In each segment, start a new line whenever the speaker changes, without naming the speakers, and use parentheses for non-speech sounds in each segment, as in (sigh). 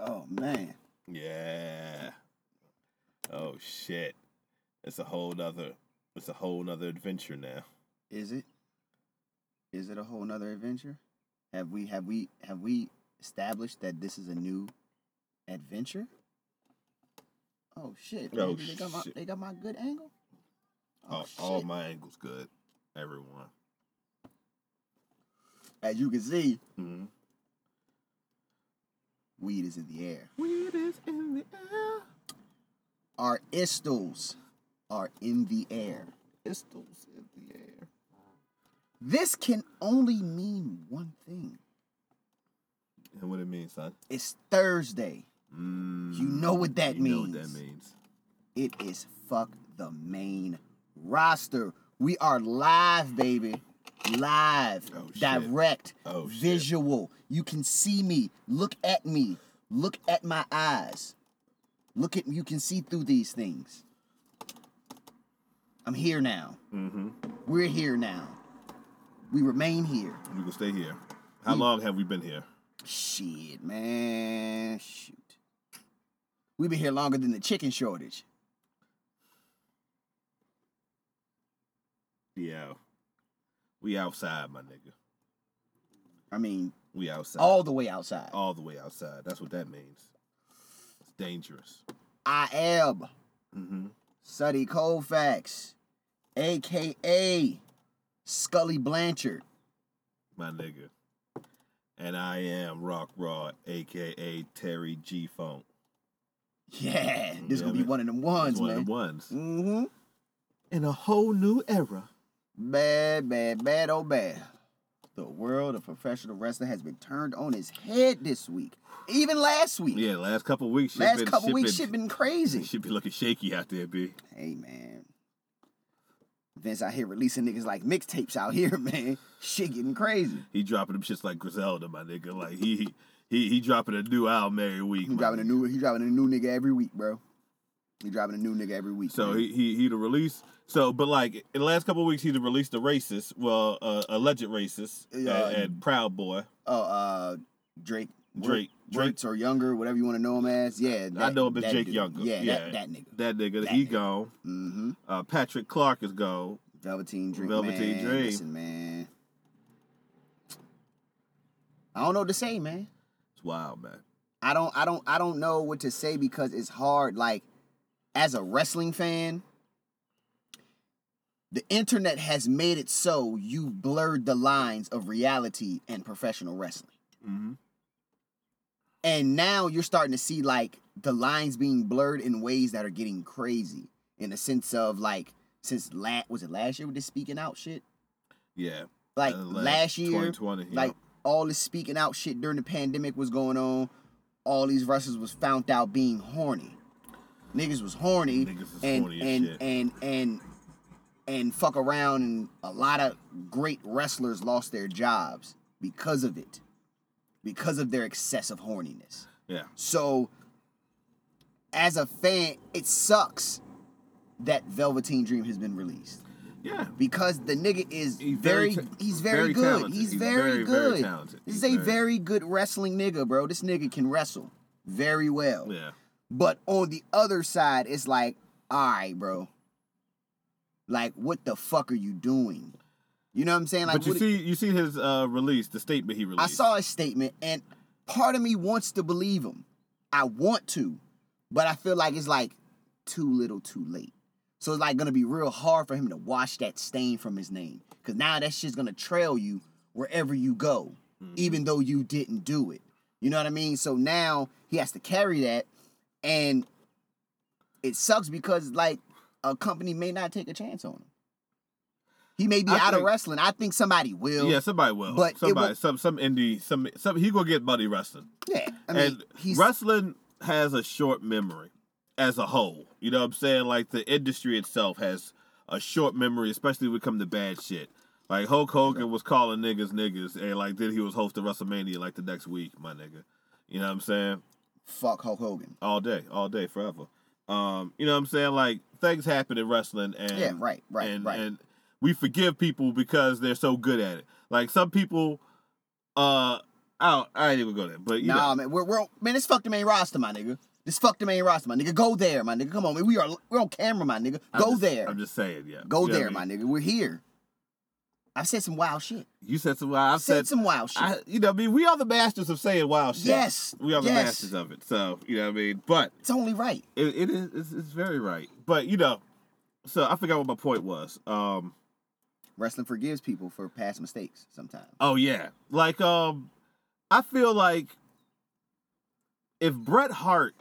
Oh man.
Yeah. Oh shit. It's a whole nother it's a whole nother adventure now.
Is it? Is it a whole nother adventure? Have we have we have we established that this is a new adventure? Oh shit.
Oh,
Maybe they got my
shit.
they got my good angle? Oh,
all, all
shit.
my angles good. Everyone.
As you can see,
Mm-hmm.
weed is in the air.
Weed is in the air.
Our istles are in the air.
Pistols in the air.
This can only mean one thing.
And what it means, son?
It's Thursday.
Mm,
You know what that
you know what that
means.
means.
It is fuck the main roster. We are live, baby. Live,
Oh, shit.
direct,
Oh, shit.
visual. You can see me. Look at me. Look at my eyes. Look at you can see through these things. I'm here now.
Mm-hmm.
We're here now. We remain here.
We can stay here. How long have we been here?
Shit, man. Shoot. We've been here longer than the chicken shortage.
Yeah. We outside, my nigga.
I mean,
We outside.
all the way outside.
all the way outside. That's what that means. It's dangerous.
I am
Mm-hmm.
Suddy Colfax, aka Scully Blanchard.
My nigga. And I am Rock Raw, aka Terry G Funk.
Yeah, this
Mm, Yeah,
gonna be
man.
one of them ones,
It's one
man.
of the ones.
Mm-hmm.
In a whole new era.
Bad, bad, bad, oh bad. The world of professional wrestling has been turned on its head this week. Even last week.
Yeah, last couple weeks. shit
last
been-
couple
shit
weeks,
been-
shit
(laughs)
been crazy.
Shit be looking shaky out there, B.
Hey man. Vince out here releasing niggas like mixtapes out here, (laughs) man. Shit getting crazy.
He dropping them shits like Griselda, my nigga. Like he he he dropping a new album every week.
He
my
driving a
nigga.
new he driving a new nigga every week, bro. He driving a new nigga every week.
So
man.
he he he the release. So, but like in the last couple weeks, he the released the racist, well, uh, alleged racist, uh,
Yeah.
and, and Proud Boy.
oh uh Drake
Drake- Drake-
Drake's or younger, whatever you want to know him as. Yeah,
I know him
that
as Jake
dude.
Younger.
Yeah,
Yeah.
That, that nigga.
That nigga,
That
he
nigga.
gone.
Mm-hmm.
Uh, Patrick Clark is gone.
Velveteen Dream.
Velveteen
man.
Dream.
Listen, man. I don't know what to say, man.
It's wild, man.
I don't I don't I don't know what to say because it's hard like as a wrestling fan the internet has made it so you blurred the lines of reality and professional wrestling.
Mm-hmm.
And now you're starting to see like the lines being blurred in ways that are getting crazy in the sense of like since last was it last year with this speaking out shit?
Yeah.
Like
Uh, la-
last year
2020. yeah.
like all this speaking out shit during the pandemic was going on. All these wrestlers was found out being horny. Niggas was horny
Niggas is
and
horny as
and,
shit.
and and and fuck around and a lot of great wrestlers lost their jobs because of it. Because of their excessive horniness.
yeah.
So, as a fan, it sucks that Velveteen Dream has been released
Yeah.
because the nigga is
He's
very,
very ta-
he's very,
very
good.
talented.
He's,
He's
very,
very, very
good.
talented.
This is
He's
a
very-
very good wrestling nigga, bro. This nigga can wrestle very well.
Yeah.
But on the other side, it's like, all right, bro. Like, what the fuck are you doing? You know what I'm saying? Like,
but you
what-
see, you see his uh, release, the statement he released.
I saw his statement, and part of me wants to believe him. I want to, but I feel like it's like too little, too late. So it's like gonna be real hard for him to wash that stain from his name, cause now that shit's gonna trail you wherever you go,
Mm-hmm.
even though you didn't do it. You know what I mean? So now he has to carry that, and it sucks because like a company may not take a chance on him. He may be
I
out of
think-
wrestling. I think somebody will.
Yeah, somebody will.
But it
somebody,
will-
some some indie, some some he gonna get buddy wrestling.
Yeah, I mean,
and wrestling has a short memory as a whole. You know what I'm saying? Like the industry itself has a short memory, especially when it come to bad shit. Like Hulk Hogan was calling niggas niggas, and like then he was hosting WrestleMania like the next week, my nigga. You know what I'm saying?
fuck Hulk Hogan.
All day, all day, forever. Um, you know what I'm saying? Like things happen in wrestling, and
Yeah, right, right,
and,
right.
and we forgive people because they're so good at it. Like some people uh Oh, I ain't even go there. But you
nah,
know,
man, we're, we're man. This fuck the main roster, my nigga. This fuck the main roster, my nigga. Go there, my nigga. Come on, man. We are we're on camera, my nigga.
I'm
Go
just-
there,
I'm just saying, yeah.
go
You know
there,
what I
my
mean?
nigga. We're here. I said some wild shit.
You said some wild. I
said,
said,
some wild shit.
I, you know, what I mean, we are the masters of saying wild shit.
Yes,
we are the
yes.
masters of it. So you know, what I mean, but
it's only right.
it, it is it's, it's very right. But you know, so I forgot what my point was. Um,
Wrestling forgives people for past mistakes sometimes.
oh yeah, like um, I feel like if Bret Hart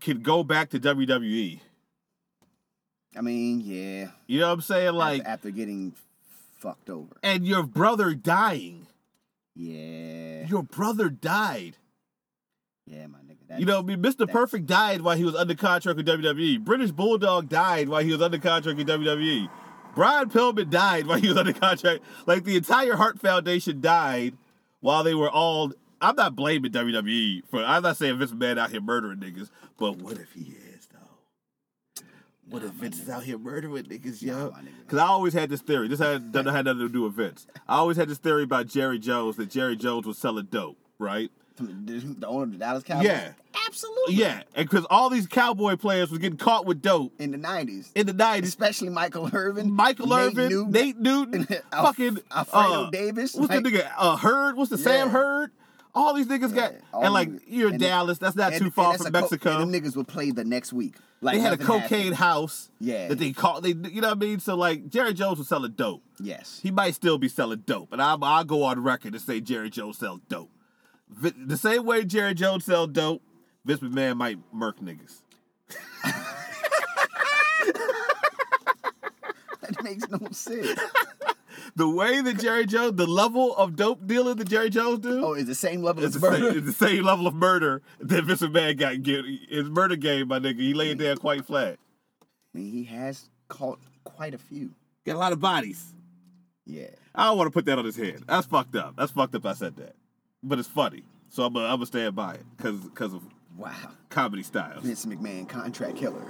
could go back to WWE,
I mean, yeah.
you know what I'm saying, like,
after, after getting fucked over.
and your brother dying,
Yeah.
your brother died.
Yeah, my nigga.
You know, I mean, Mr.
that's-
Perfect died while he was under contract with WWE. British Bulldog died while he was under contract with WWE. Brian Pillman died while he was under contract. Like the entire Hart Foundation died while they were all. I'm not blaming WWE for. I'm not saying Vince McMahon out here murdering niggas, but what if he is though? What if Vince is out here murdering niggas, yo?
my nigga.
Because I always had this theory. This
(laughs)
had, done- had nothing to do with Vince. I always had this theory about Jerry Jones that Jerry Jones was selling dope, right?
(laughs) the, the owner of the Dallas Cowboys.
Yeah.
Absolutely.
Yeah, and because all these cowboy players was getting caught with dope
In the 90s.
in the
(laughs)
nineties.
Especially Michael Irvin.
Michael
Nate
Irvin,
Newton, (laughs)
Nate Newton,
Alf-
fucking
Alfredo
uh,
Davis,
What's
like-
the nigga? Uh, Hurd. What's the Sam
Yeah.
Hurd? All these niggas got
Yeah, all
and like
these-
you're in
and-
Dallas. That's not
and-
too
and
far
that's
from
a co-
Mexico.
and them niggas would play the next week. Like
they had a
nothing happened.
cocaine house.
Yeah.
That they caught. They you know what I mean. So like Jerry Jones was selling dope.
Yes.
He might still be selling dope, and I'm, I'll go on record to say Jerry Jones sells dope. Vi- The same way Jerry Jones sells dope, Vince McMahon might murk niggas.
(laughs) that makes no
(laughs)
sense.
The way that Jerry Jones, the level of dope dealing that Jerry Jones do,
Oh, it's the same level
it's,
as
the same,
murder.
it's the same level of murder that Vince McMahon got guilty. His murder game, my nigga, he laid down quite flat.
I mean, he has caught quite a few.
Got a lot of bodies.
Yeah.
I don't want to put that on his head. That's fucked up. That's fucked up. I said that, but it's funny, so I'm gonna I'm gonna stand by it because of
Wow.
comedy styles.
Vince McMahon, contract killer, (laughs)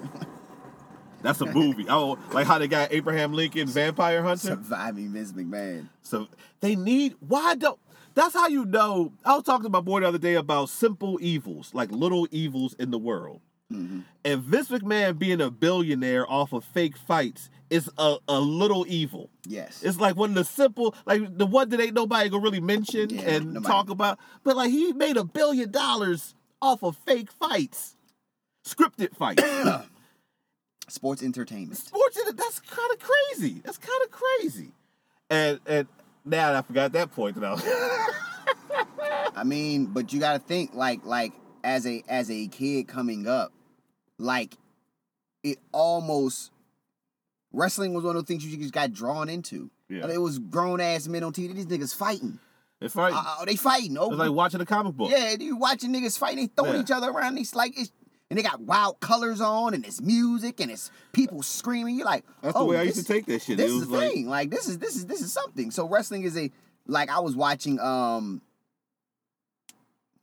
That's a movie. Oh, like how they got Abraham Lincoln, Vampire Hunter.
surviving Vince McMahon.
So they need. Why don't? That's how you know. I was talking to my boy the other day about simple evils, like little evils in the world.
Mm-hmm.
And Vince McMahon being a billionaire off of fake fights is a, a little evil.
Yes.
It's like one of the simple, like the one that ain't nobody gonna really mention
Yeah,
and
nobody-
talk about. But like he made a billion dollars off of fake fights,
(coughs)
scripted fights.
Sports entertainment.
sports in it. That's kind of crazy. That's kind of crazy. And and now I forgot that point though. (laughs)
I mean, but you gotta think like like as a as a kid coming up, like it almost wrestling was one of those things you just got drawn into.
Yeah.
I mean, it was grown ass men on TV. These niggas fighting.
it's like
Uh, uh, they fighting. Oh,
it's like watching a comic book.
yeah. You watching niggas fighting? They throwing
Yeah.
each other around. It's like it's. And they got wild colors on, and it's music, and it's people screaming. You're like,
That's
oh,
the way I
this,
used to take that shit.
this
it was
is the
like
thing. Like this is this is this is something. So wrestling is a like I was watching um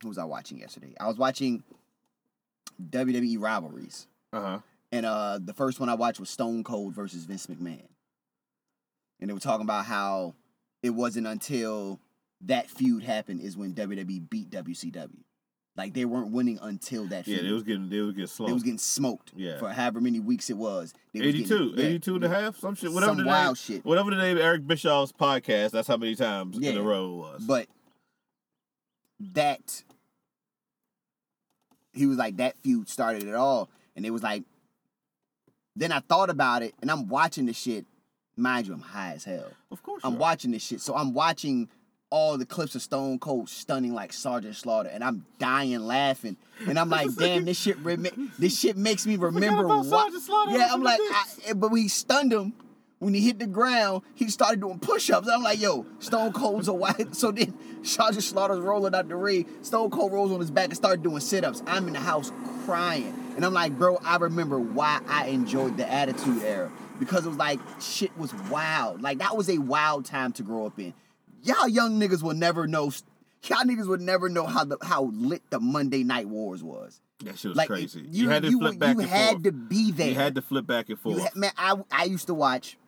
who was I watching yesterday? I was watching WWE rivalries.
uh huh.
And uh the first one I watched was Stone Cold versus Vince McMahon. And they were talking about how it wasn't until that feud happened is when WWE beat WCW. Like they weren't winning until that feud.
Yeah, it was getting it was getting slow.
They was getting smoked
Yeah.
for however many weeks it was. They was getting-
82,
yeah,
82 and a half, some shit, whatever
Some
the name,
wild shit.
whatever the name of Eric Bischoff's podcast. That's how many times in
Yeah.
a row it was.
But that he was like that feud started it all, and it was like. Then I thought about it, and I'm watching the shit. Mind you, I'm high as hell.
of course,
I'm
you are.
watching this shit, so I'm watching all the clips of Stone Cold stunning like Sergeant Slaughter, and I'm dying laughing, and I'm like, damn, this shit, remi- this shit makes me remember
about
why-
Sergeant Slaughter
Yeah,
was in
I'm
the
like, I,
mix.
eh, but when he stunned him. When he hit the ground, he started doing push-ups. I'm like, yo, Stone Cold's a white. (laughs) So then Sergeant Slaughter's rolling out the ring. Stone Cold rolls on his back and started doing sit-ups. I'm in the house crying. And I'm like, bro, I remember why I enjoyed the Attitude Era. Because it was like, shit was wild. Like, that was a wild time to grow up in. Y'all young niggas will never know. Y'all niggas would never know how the, how lit the Monday Night Wars was.
that shit was
Like
crazy.
it-
You, had to flip
you
back and
had
forth.
to be there.
You had to flip back and
You
forth.
ha- man, I I used to watch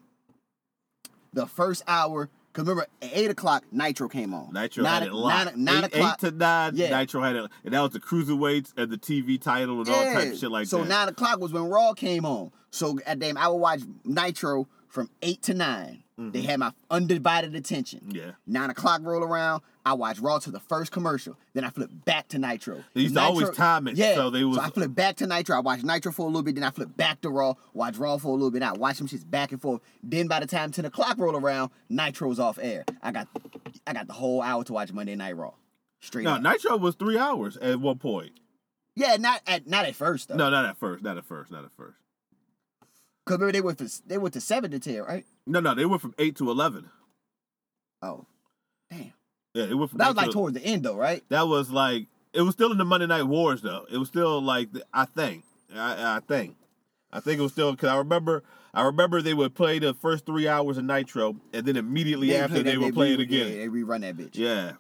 the first hour Cause remember, at eight o'clock Nitro came on.
Nitro
nine,
had it locked.
Nine, nine
eight,
o'clock.
eight to nine.
Yeah.
Nitro had it, and that was the cruiserweights and the TV title and all type of shit like
so
that.
nine o'clock was when Raw came on. So goddamn, I would watch Nitro from eight to 9 They had my undivided attention.
Mm-hmm. Yeah.
Nine o'clock roll around, I watch Raw to the first commercial. Then I flip back to Nitro.
They used to
Nitro-
always time it,
Yeah.
so they was-
I flip back to Nitro. I watch Nitro for a little bit, then I flip back to Raw. Watch Raw for a little bit. I watch them shits back and forth. Then by the time ten o'clock roll around, Nitro's off air. I got, I got the whole hour to watch Monday Night Raw. Straight
no,
up.
Nitro was three hours at one point.
yeah, not at not at first though.
No, not at first. Not at first. Not at first.
Cause remember they went to they went to seven to ten, right?
No, no, they went from eight to eleven.
Oh, damn.
Yeah, it went from
That
eight
was like
to-
towards the end though, right?
That was like it was still in the Monday Night Wars though. It was still like the- I think, I, I think, I think it was still because I remember I remember they would play the first three hours of Nitro, and then immediately
They
after
played
they
that-
would play it
re-
again.
Yeah, they rerun that bitch.
Yeah.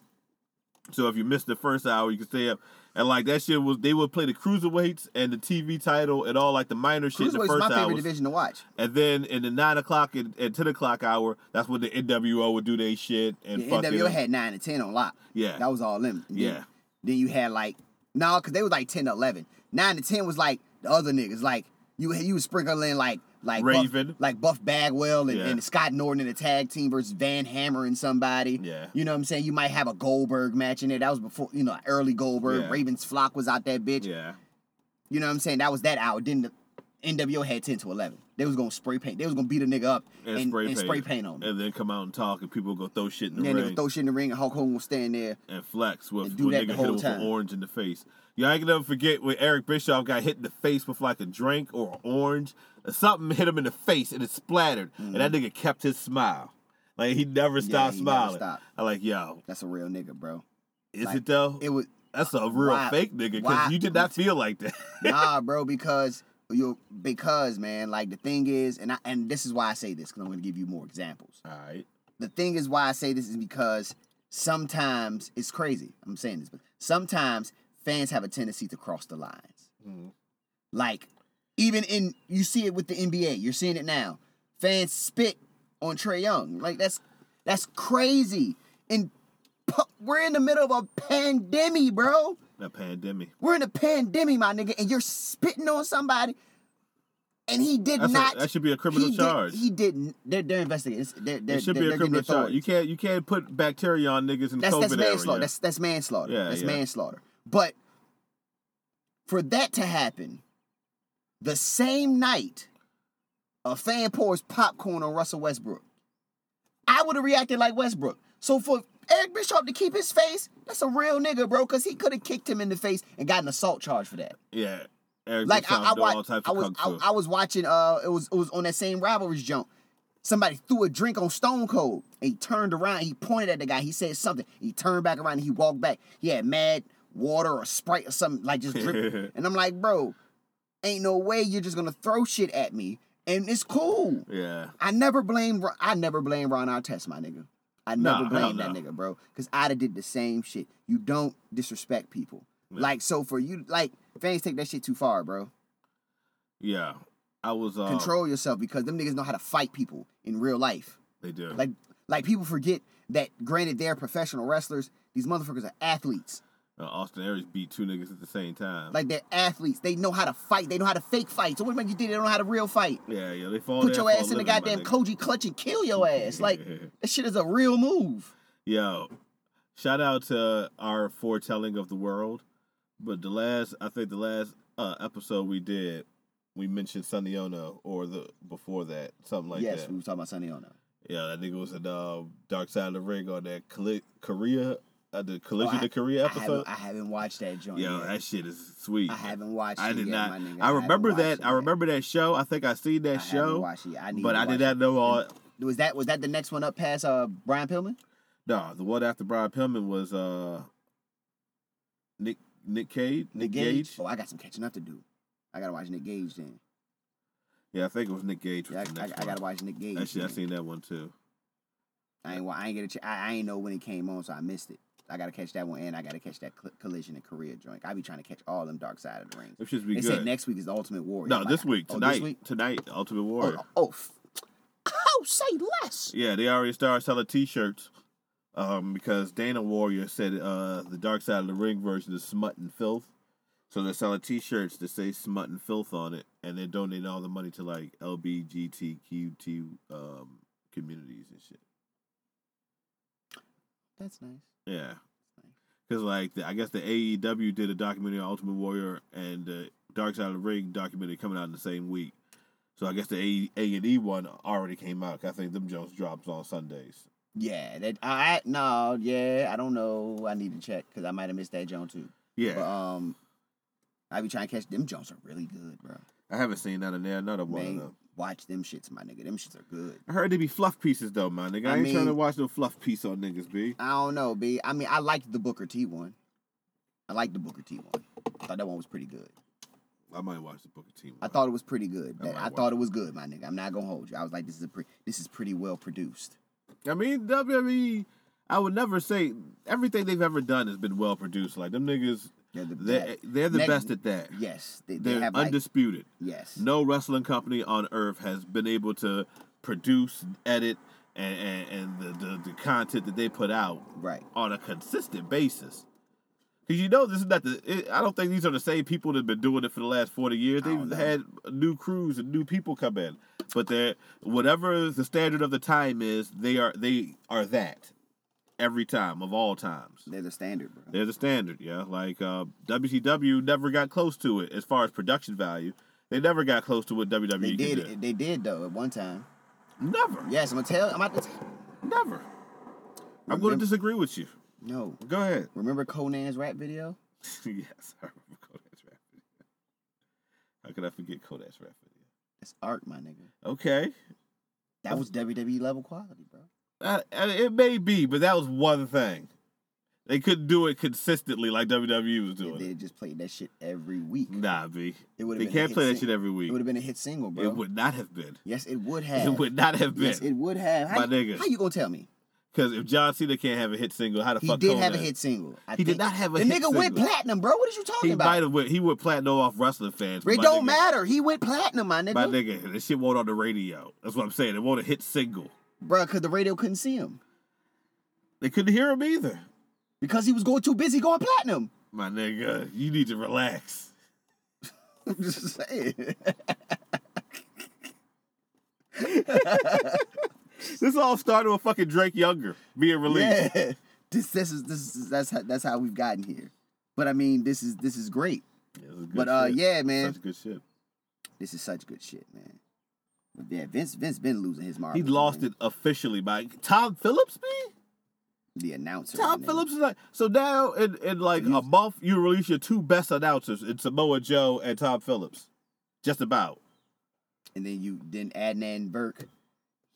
So if you missed the first hour, you can stay up. And like that shit was, they would play the cruiserweights and the TV title and all like the minor shit in the
Cruiserweight's my
first
favorite
hour.
division to watch.
And then in the nine o'clock and, and ten o'clock hour, that's when the NWO would do their shit and
The
fucking.
NWO had nine and ten on lock.
Yeah.
that was all them. And then-
Yeah.
Then you had like no, cause they was like ten to eleven. Nine to ten was like the other niggas. Like you, you was sprinkling like like
Raven.
Buff, like Buff Bagwell and,
Yeah.
and Scott Norton in a tag team versus Van Hammer and somebody.
Yeah.
you know what I'm saying. You might have a Goldberg match in there. That was before you know early Goldberg.
Yeah.
Raven's flock was out that bitch.
yeah.
You know what I'm saying? That was that hour. Then the NWO had 10 to 11. They was going to spray paint. They was going to beat a nigga up and, and spray, paint. on him.
And then come out and talk, and people go throw shit in
And
the
then they
ring
would throw shit in the ring and Hulk Hogan was standing there.
and flex with
and do
when
that
nigga
the
hit him
whole
with an
time.
orange in the face. Y'all ain't gonna never forget when Eric Bischoff got hit in the face with like a drink or an orange. Or something hit him in the face and it splattered, and that nigga kept his smile. Like he never stopped
Mm-hmm. he never
smiling.
stopped.
I'm like, yo,
That's a real nigga, bro.
is
Like,
it though?
It was,
That's a real
Why-
fake nigga because
why-
you did not feel like that. (laughs)
nah, bro, because you because man, like the thing is, and I, and this is why I say this because I'm going to give you more examples.
All right.
The thing is why I say this is because sometimes it's crazy. I'm saying this, but sometimes fans have a tendency to cross the lines.
Mm-hmm.
Like, even in you see it with the NBA, you're seeing it now. Fans spit on Trey Young. Like that's that's crazy. And pu- we're in the middle of a pandemic, bro.
The pandemic.
We're in a pandemic, my nigga, and you're spitting on somebody. And he did
That's a-
not.
that should be a criminal
he did-
charge.
he didn't. They're, they're investigating. It's- They're, they're,
It should
they're,
be a
they're
criminal
getting
charge. You
authorities.
can't you can't put bacteria on niggas in
That's
COVID
that's manslaughter.
area.
That's that's manslaughter.
Yeah,
that's
yeah.
manslaughter. But for that to happen, the same night a fan pours popcorn on Russell Westbrook, I would have reacted like Westbrook. So for Eric Bischoff to keep his face, that's a real nigga, bro, because he could have kicked him in the face and got an assault charge for that.
yeah. Eric
Like I,
Bischoff
I,
do
wa-
all types
I
of
was
kung
I,
fu.
I was watching uh it was it was on that same rivalries jump. Somebody threw a drink on Stone Cold and he turned around, he pointed at the guy, he said something, he turned back around and he walked back. He had mad water or sprite or something like just
(laughs)
drip. and I'm like, bro, ain't no way you're just gonna throw shit at me. And it's cool.
yeah.
I never blame Ro- I never blame Ron Artest, my nigga. I
Nah,
never
hell
blame that
no.
nigga, bro. Cause I'd have did the same shit. You don't disrespect people. Like so for you, like fans take that shit too far, bro.
Yeah. I was uh
Control yourself because them niggas know how to fight people in real life.
They do.
Like like people forget that. Granted, they're professional wrestlers. These motherfuckers are athletes.
Uh, Austin Aries beat two niggas at the same time.
Like they're athletes. They know how to fight. They know how to fake fight. So what make you think they don't know how to real fight?
yeah, Oh, yeah, they fall
Put
there
your
for a
ass in the
living, my
goddamn
nigga.
Koji clutch and kill your
(laughs)
ass. Like that shit is a real move.
Yo, shout out to our foretelling of the world. But the last, I think the last uh, episode we did, we mentioned Sonny Ono or the before that, something like
yes,
that.
we was talking about Sonny Ono.
Yeah, that nigga was in uh, Dark Side of the Ring on that Cali- Korea, uh, the Collision
I-
to Korea
I
episode.
haven't, I haven't watched that joint.
Yo,
yet.
that shit is sweet.
I haven't watched.
I
it
did
yet,
not.
My nigga.
I
haven't
remember
watched
that.
it
I
yet.
remember that show. I think I seen that
I haven't
show.
watched it yet. I need
But
to
I did
watch
not know all.
it. Was that was that the next one up past uh Brian Pillman?
No, the one after Brian Pillman was uh Nick Nick Cage. Nick Gage.
Oh, I got some catching up to do. I gotta watch Nick Gage then.
Yeah, I think it was Nick Gage. Was
Yeah,
the
I, I,
next
I
one.
gotta watch Nick Gage.
Actually, I
then.
seen that one too.
I ain't. wa- I ain't get a. Ch- I, I ain't know when it came on, so I missed it. I gotta catch that one, and I gotta catch that cl- collision in Korea joint. I be trying to catch all them Dark Side of the Rings.
It should be
They
good.
said next week is the Ultimate Warrior.
no,
I'm like,
this week
oh,
tonight.
This week?
Tonight, Ultimate
Oh,
Warrior.
oh, f- how say less.
Yeah, they already started selling T-shirts um, because Dana Warrior said uh, the Dark Side of the Ring version is smut and filth. So they're selling T-shirts that say smut and filth on it, and they're donating all the money to like LBGTQT um, communities and shit.
That's nice.
Yeah, because like the, I guess the AEW did a documentary on Ultimate Warrior and the Dark Side of the Ring documentary coming out in the same week. So I guess the A and E one already came out. 'cause I think them Jones drops on Sundays.
Yeah, that I, I no, yeah, I don't know. I need to check because I might have missed that Jones too.
Yeah,
But um, I be trying to catch them Jones are really good, bro.
I haven't seen none of there, another one of
Man,
them.
watch them shits, my nigga. Them shits are good.
I heard they be fluff pieces though, man. Nigga, I,
I
ain't
mean-
trying to watch no fluff piece on niggas, b.
I don't know, B. I mean, I liked the Booker T one. I liked the Booker T one. I thought that one was pretty good.
I might watch the Booker T. One.
I thought it was pretty good. That-
I might
I,
watch
thought it was good, my nigga. I'm not gonna hold you. I was like, this is a pre- this is pretty well produced.
I mean, WWE. I would never say everything they've ever done has been well produced. Like them niggas,
They're the
they
best.
they're the
Next-
best at that.
Yes, they, they
They're
have like
undisputed.
yes.
No wrestling company on earth has been able to produce, edit, and and, and the, the the content that they put out
Right.
on a consistent basis. Cause you know this is not the. It, I don't think these are the same people that've been doing it for the last forty years.
I don't
They've had new crews and new people come in, but they're whatever the standard of the time is. They are they are that every time of all times.
They're the standard, bro.
They're the standard. Yeah, like uh, WCW never got close to it as far as production value. They never got close to what WWE
They
can
did.
do.
They did though at one time.
Never,
Yes, I'm gonna tell. I'm about to. Tell,
never. I'm going to
Remem-
disagree with you.
no.
Go ahead.
Remember Conan's rap video?
(laughs) yes, I remember Kodak's rap video. How could I forget Kodak's rap video?
That's art, my nigga.
Okay.
That was WWE level quality, bro.
Uh, I mean, it may be, but that was one thing. They couldn't do it consistently like WWE was
If
doing.
they
it.
had just played that shit every week,
Nah, B.
It would've
They
been a
can't
hit
play that
sing-
shit every
it
week.
would have been a hit single, bro.
It would not have been.
Yes, it would have.
(laughs) It would not have been.
Yes, it would have. How,
My
you-
nigga.
How you gonna tell me?
Because if John Cena can't have a hit single, how the
He
fuck
did
Conan?
have a hit single. I
He did
think.
not have a
the
hit
nigga went
single.
platinum, bro. What are you talking
He might
about?
have went. He would platinum off wrestling fans. but
It
my
don't
nigga-
matter. He went platinum, my nigga,
My nigga, this shit won't on the radio. That's what I'm saying. It won't a hit single.
bro. Because the radio couldn't see him
They couldn't hear him either.
because he was going too busy going platinum. (laughs)
My nigga, you need to relax.
I'm just saying.
This all started with fucking Drake Younger being released.
Yeah. This this is this is that's how that's how we've gotten here. But I mean, this is this is great.
Yeah, this is good
But uh,
shit.
yeah, man,
Such good shit.
this is such good shit, man. But yeah, Vince Vince been losing his marbles.
He lost
man.
it officially by Tom Phillips, me?
The announcer.
Tom
man.
Phillips is like so now in, in like a month you release your two best announcers in Samoa Joe and Tom Phillips. Just about.
And then you then Adnan Burke.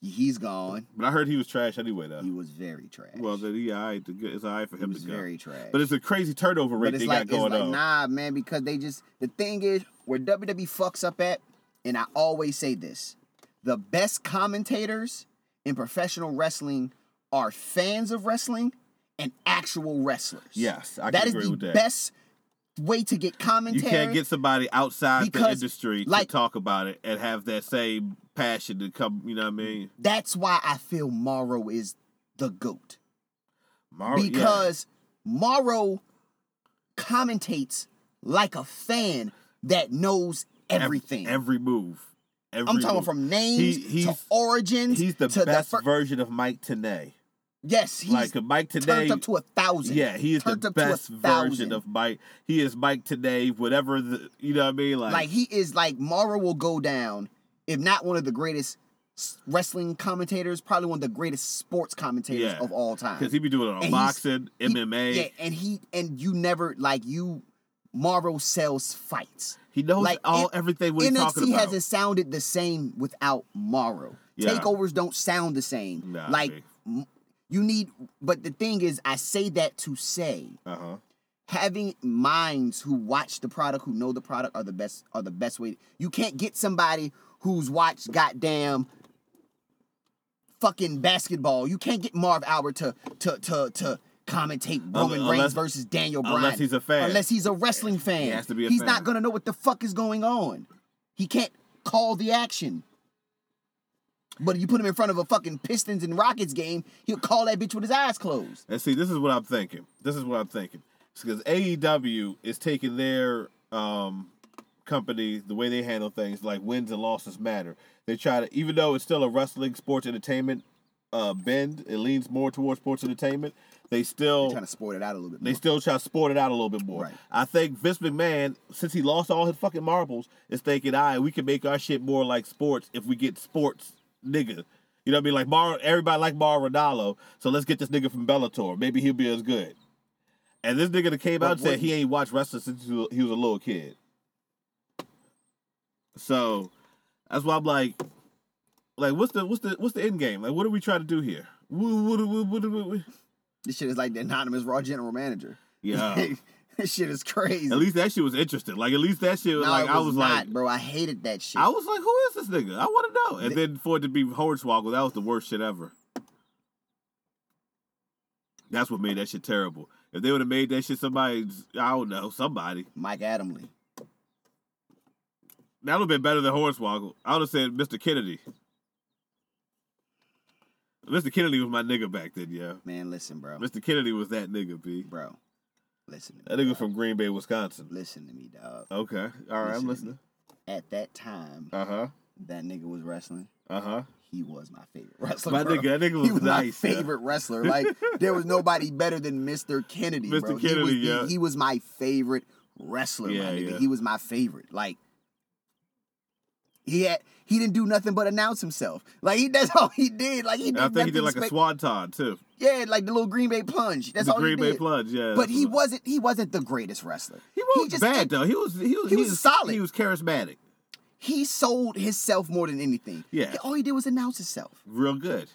He's gone.
But I heard he was trash anyway though.
He was very trash.
well then he alright to get it's alright for
he
him
was
to go.
very trash.
But it's a crazy turnover rate
But
they
like,
got going
it's like
on.
nah, man, because they just the thing is where WWE fucks up at, and I always say this: the best commentators in professional wrestling are fans of wrestling and actual wrestlers.
Yes, I can
that is
agree
the
with that.
best way to get
you
commentary.
can't get somebody outside the
Because,
industry
like-
to talk about it and have that same passion to come, you know what I mean?
That's why I feel Morrow is the goat.
Mar- Oh, yeah.
because Morrow commentates like a fan that knows
Ev-
everything.
every move. Every
I'm talking
move.
from names
He-
to
he's-
origins.
He's the
to
best
fir-
version of Mike Tanay.
yes, he's
Like uh, Mike
turned
Tanay.
up to a thousand.
Yeah, he is the
turned up to a
best version
thousand.
of Mike. He is Mike Tanay, whatever the you know what I mean. Like,
Like he is like Morrow will go down, if not one of the greatest s- wrestling commentators, probably one of the greatest sports commentators
Yeah,
of all time.
because he be doing it on
and he's-
boxing,
He-
MMA.
yeah, and he and you never like you. Morrow sells fights.
he knows
like,
all
N-
everything what he's talking
NXT
about.
hasn't sounded the same without Morrow.
Yeah.
Takeovers don't sound the same.
Nah,
like
babe.
m- you need, but the thing is, I say that to say
uh huh.
having minds who watch the product, who know the product, are the best. Are the best way. You can't get somebody who's watched goddamn fucking basketball. You can't get Marv Albert to to to to commentate Roman
Unless-
Reigns versus Daniel Bryan.
unless he's a fan.
Unless he's a wrestling fan.
has to be a
he's
fan.
not gonna know what the fuck is going on. He can't call the action. But you put him in front of a fucking Pistons and Rockets game, he'll call that bitch with his eyes closed.
And see, this is what I'm thinking. This is what I'm thinking. because AEW E is taking their um, company, the way they handle things, like wins and losses matter. They try to, even though it's still a wrestling sports entertainment uh, bend, it leans more towards sports entertainment. They still
Trying to sport it out a little bit.
they
More.
still try to sport it out a little bit more.
Right.
I think Vince McMahon, since he lost all his fucking marbles, is thinking, "I we can make our shit more like sports if we get sports nigga." You know what I mean? Like Mar, everybody like Mar Ronaldo, so let's get this nigga from Bellator. Maybe he'll be as good. And this nigga that came
But
out and said
wouldn't-
he ain't watched wrestling since he was he was a little kid. So that's why I'm like, like what's the what's the what's the end game? Like what are we trying to do here? What, what, what, what, what,
(laughs)
what?
This shit is like the anonymous raw general manager.
Yeah.
(laughs) this shit is crazy.
Oh. At least that shit was interesting. Like at least that shit was
No,
like
it
I was
not,
like
bro. I hated that shit.
I was like, who is this nigga? I want to know. And then for it to be Hornswoggle, that was the worst shit ever. That's what made that shit terrible. If they would have made that shit somebody, I don't know, somebody,
Mike Adamley.
that would have been better than Hornswoggle. I would have said Mr. Kennedy. Mr. Kennedy was my nigga back then, yeah.
Man, listen, bro.
Mr. Kennedy was that nigga, B.
Bro, listen to
That
me.
nigga
dog.
from Green Bay, Wisconsin.
Listen to me, dog.
Okay. All right, I'm
Listen
listening.
At that time,
Uh huh.
that nigga was wrestling.
Uh huh.
He was my favorite (laughs) wrestler.
My
bro.
nigga, that nigga was,
he was
nice.
my
yeah.
favorite wrestler.
(laughs)
Like there was nobody better than Mr. Kennedy.
Mr.
Bro. he was
Kennedy,
the-
yeah.
he was my favorite wrestler. my
Yeah,
nigga.
yeah.
He was my favorite. Like he had he didn't do nothing but announce himself. Like he that's (laughs) all he did. Like he did
And I think he
nothing
did like a
spe-
swanton too.
Yeah, like the little Green Bay plunge. That's
the
all
Green
he
Bay
did.
plunge, yeah.
But
that's
he
what-
wasn't he wasn't the greatest wrestler.
He wasn't bad though. He was he was
he was solid.
He was charismatic,
He sold himself more than anything.
Yeah.
All he did was announce himself.
real good.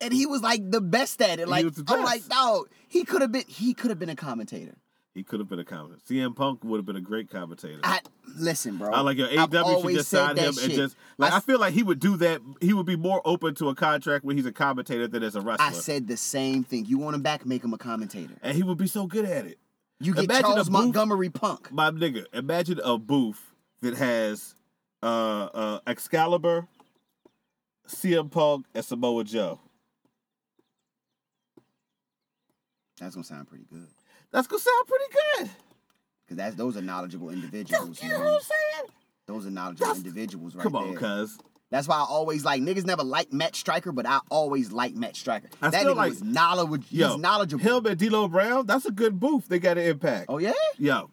and he was like the best at it.
He
Like
was the
I'm like,
best.
dog, he could have been he could have been a commentator.
He could have been a commentator. CM Punk would have been a great commentator. I,
I listen, bro.
like your
I've
AEW should
always
just
said
sign
that
him and
shit.
just like
I
I,
s-
feel like he would do that. He would be more open to a contract when he's a commentator than as a wrestler.
I said the same thing. You want him back, make him a commentator.
and he would be so good at it.
You get
Imagine a
Charles
booth-
Montgomery Punk.
My nigga, imagine a booth that has uh uh Excalibur, CM Punk, and Samoa Joe.
That's gonna sound pretty good.
That's gonna sound pretty good.
Cause that's those are knowledgeable individuals.
That's-
You
You
know what
know
I
what
mean?
I'm saying?
Those are knowledgeable
That's-
individuals right
Come on,
there.
cuz.
That's why I always like niggas never liked Matt Striker, but I always like Matt Striker.
I
That
still
nigga
like-
was knowledgeable.
Yo,
he's knowledgeable.
Him and D'Lo Brown, that's a good booth. They got an impact.
Oh yeah?
Yo,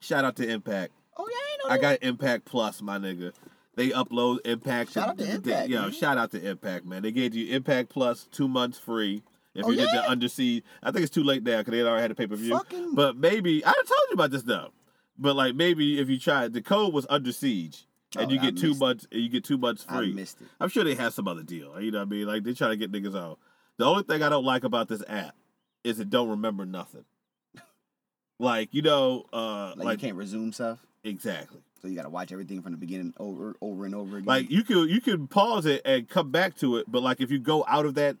shout out to Impact.
Oh yeah, I
I
ain't know that.
got Impact Plus, my nigga. They upload Impact.
Shout out to Impact,
Yo,
man.
shout out to Impact, man. They gave you Impact Plus two months free. If
Oh,
you did
yeah?
the Undersea, I think it's too late now because they already had a pay per view.
Fucking-
But maybe I done told you about this though. But like maybe if you tried, the code was Under Siege, and
Oh,
you
I
get two
missed it.
months. You get two months
I
free.
missed it.
I'm sure they have some other deal. You know what I mean? Like they try to get niggas out. The only thing I don't like about this app is it don't remember nothing.
(laughs)
Like you know, uh,
Like,
like
you can't resume stuff.
exactly.
So you gotta watch everything from the beginning over over and over again.
Like you could you could pause it and come back to it, but like if you go out of that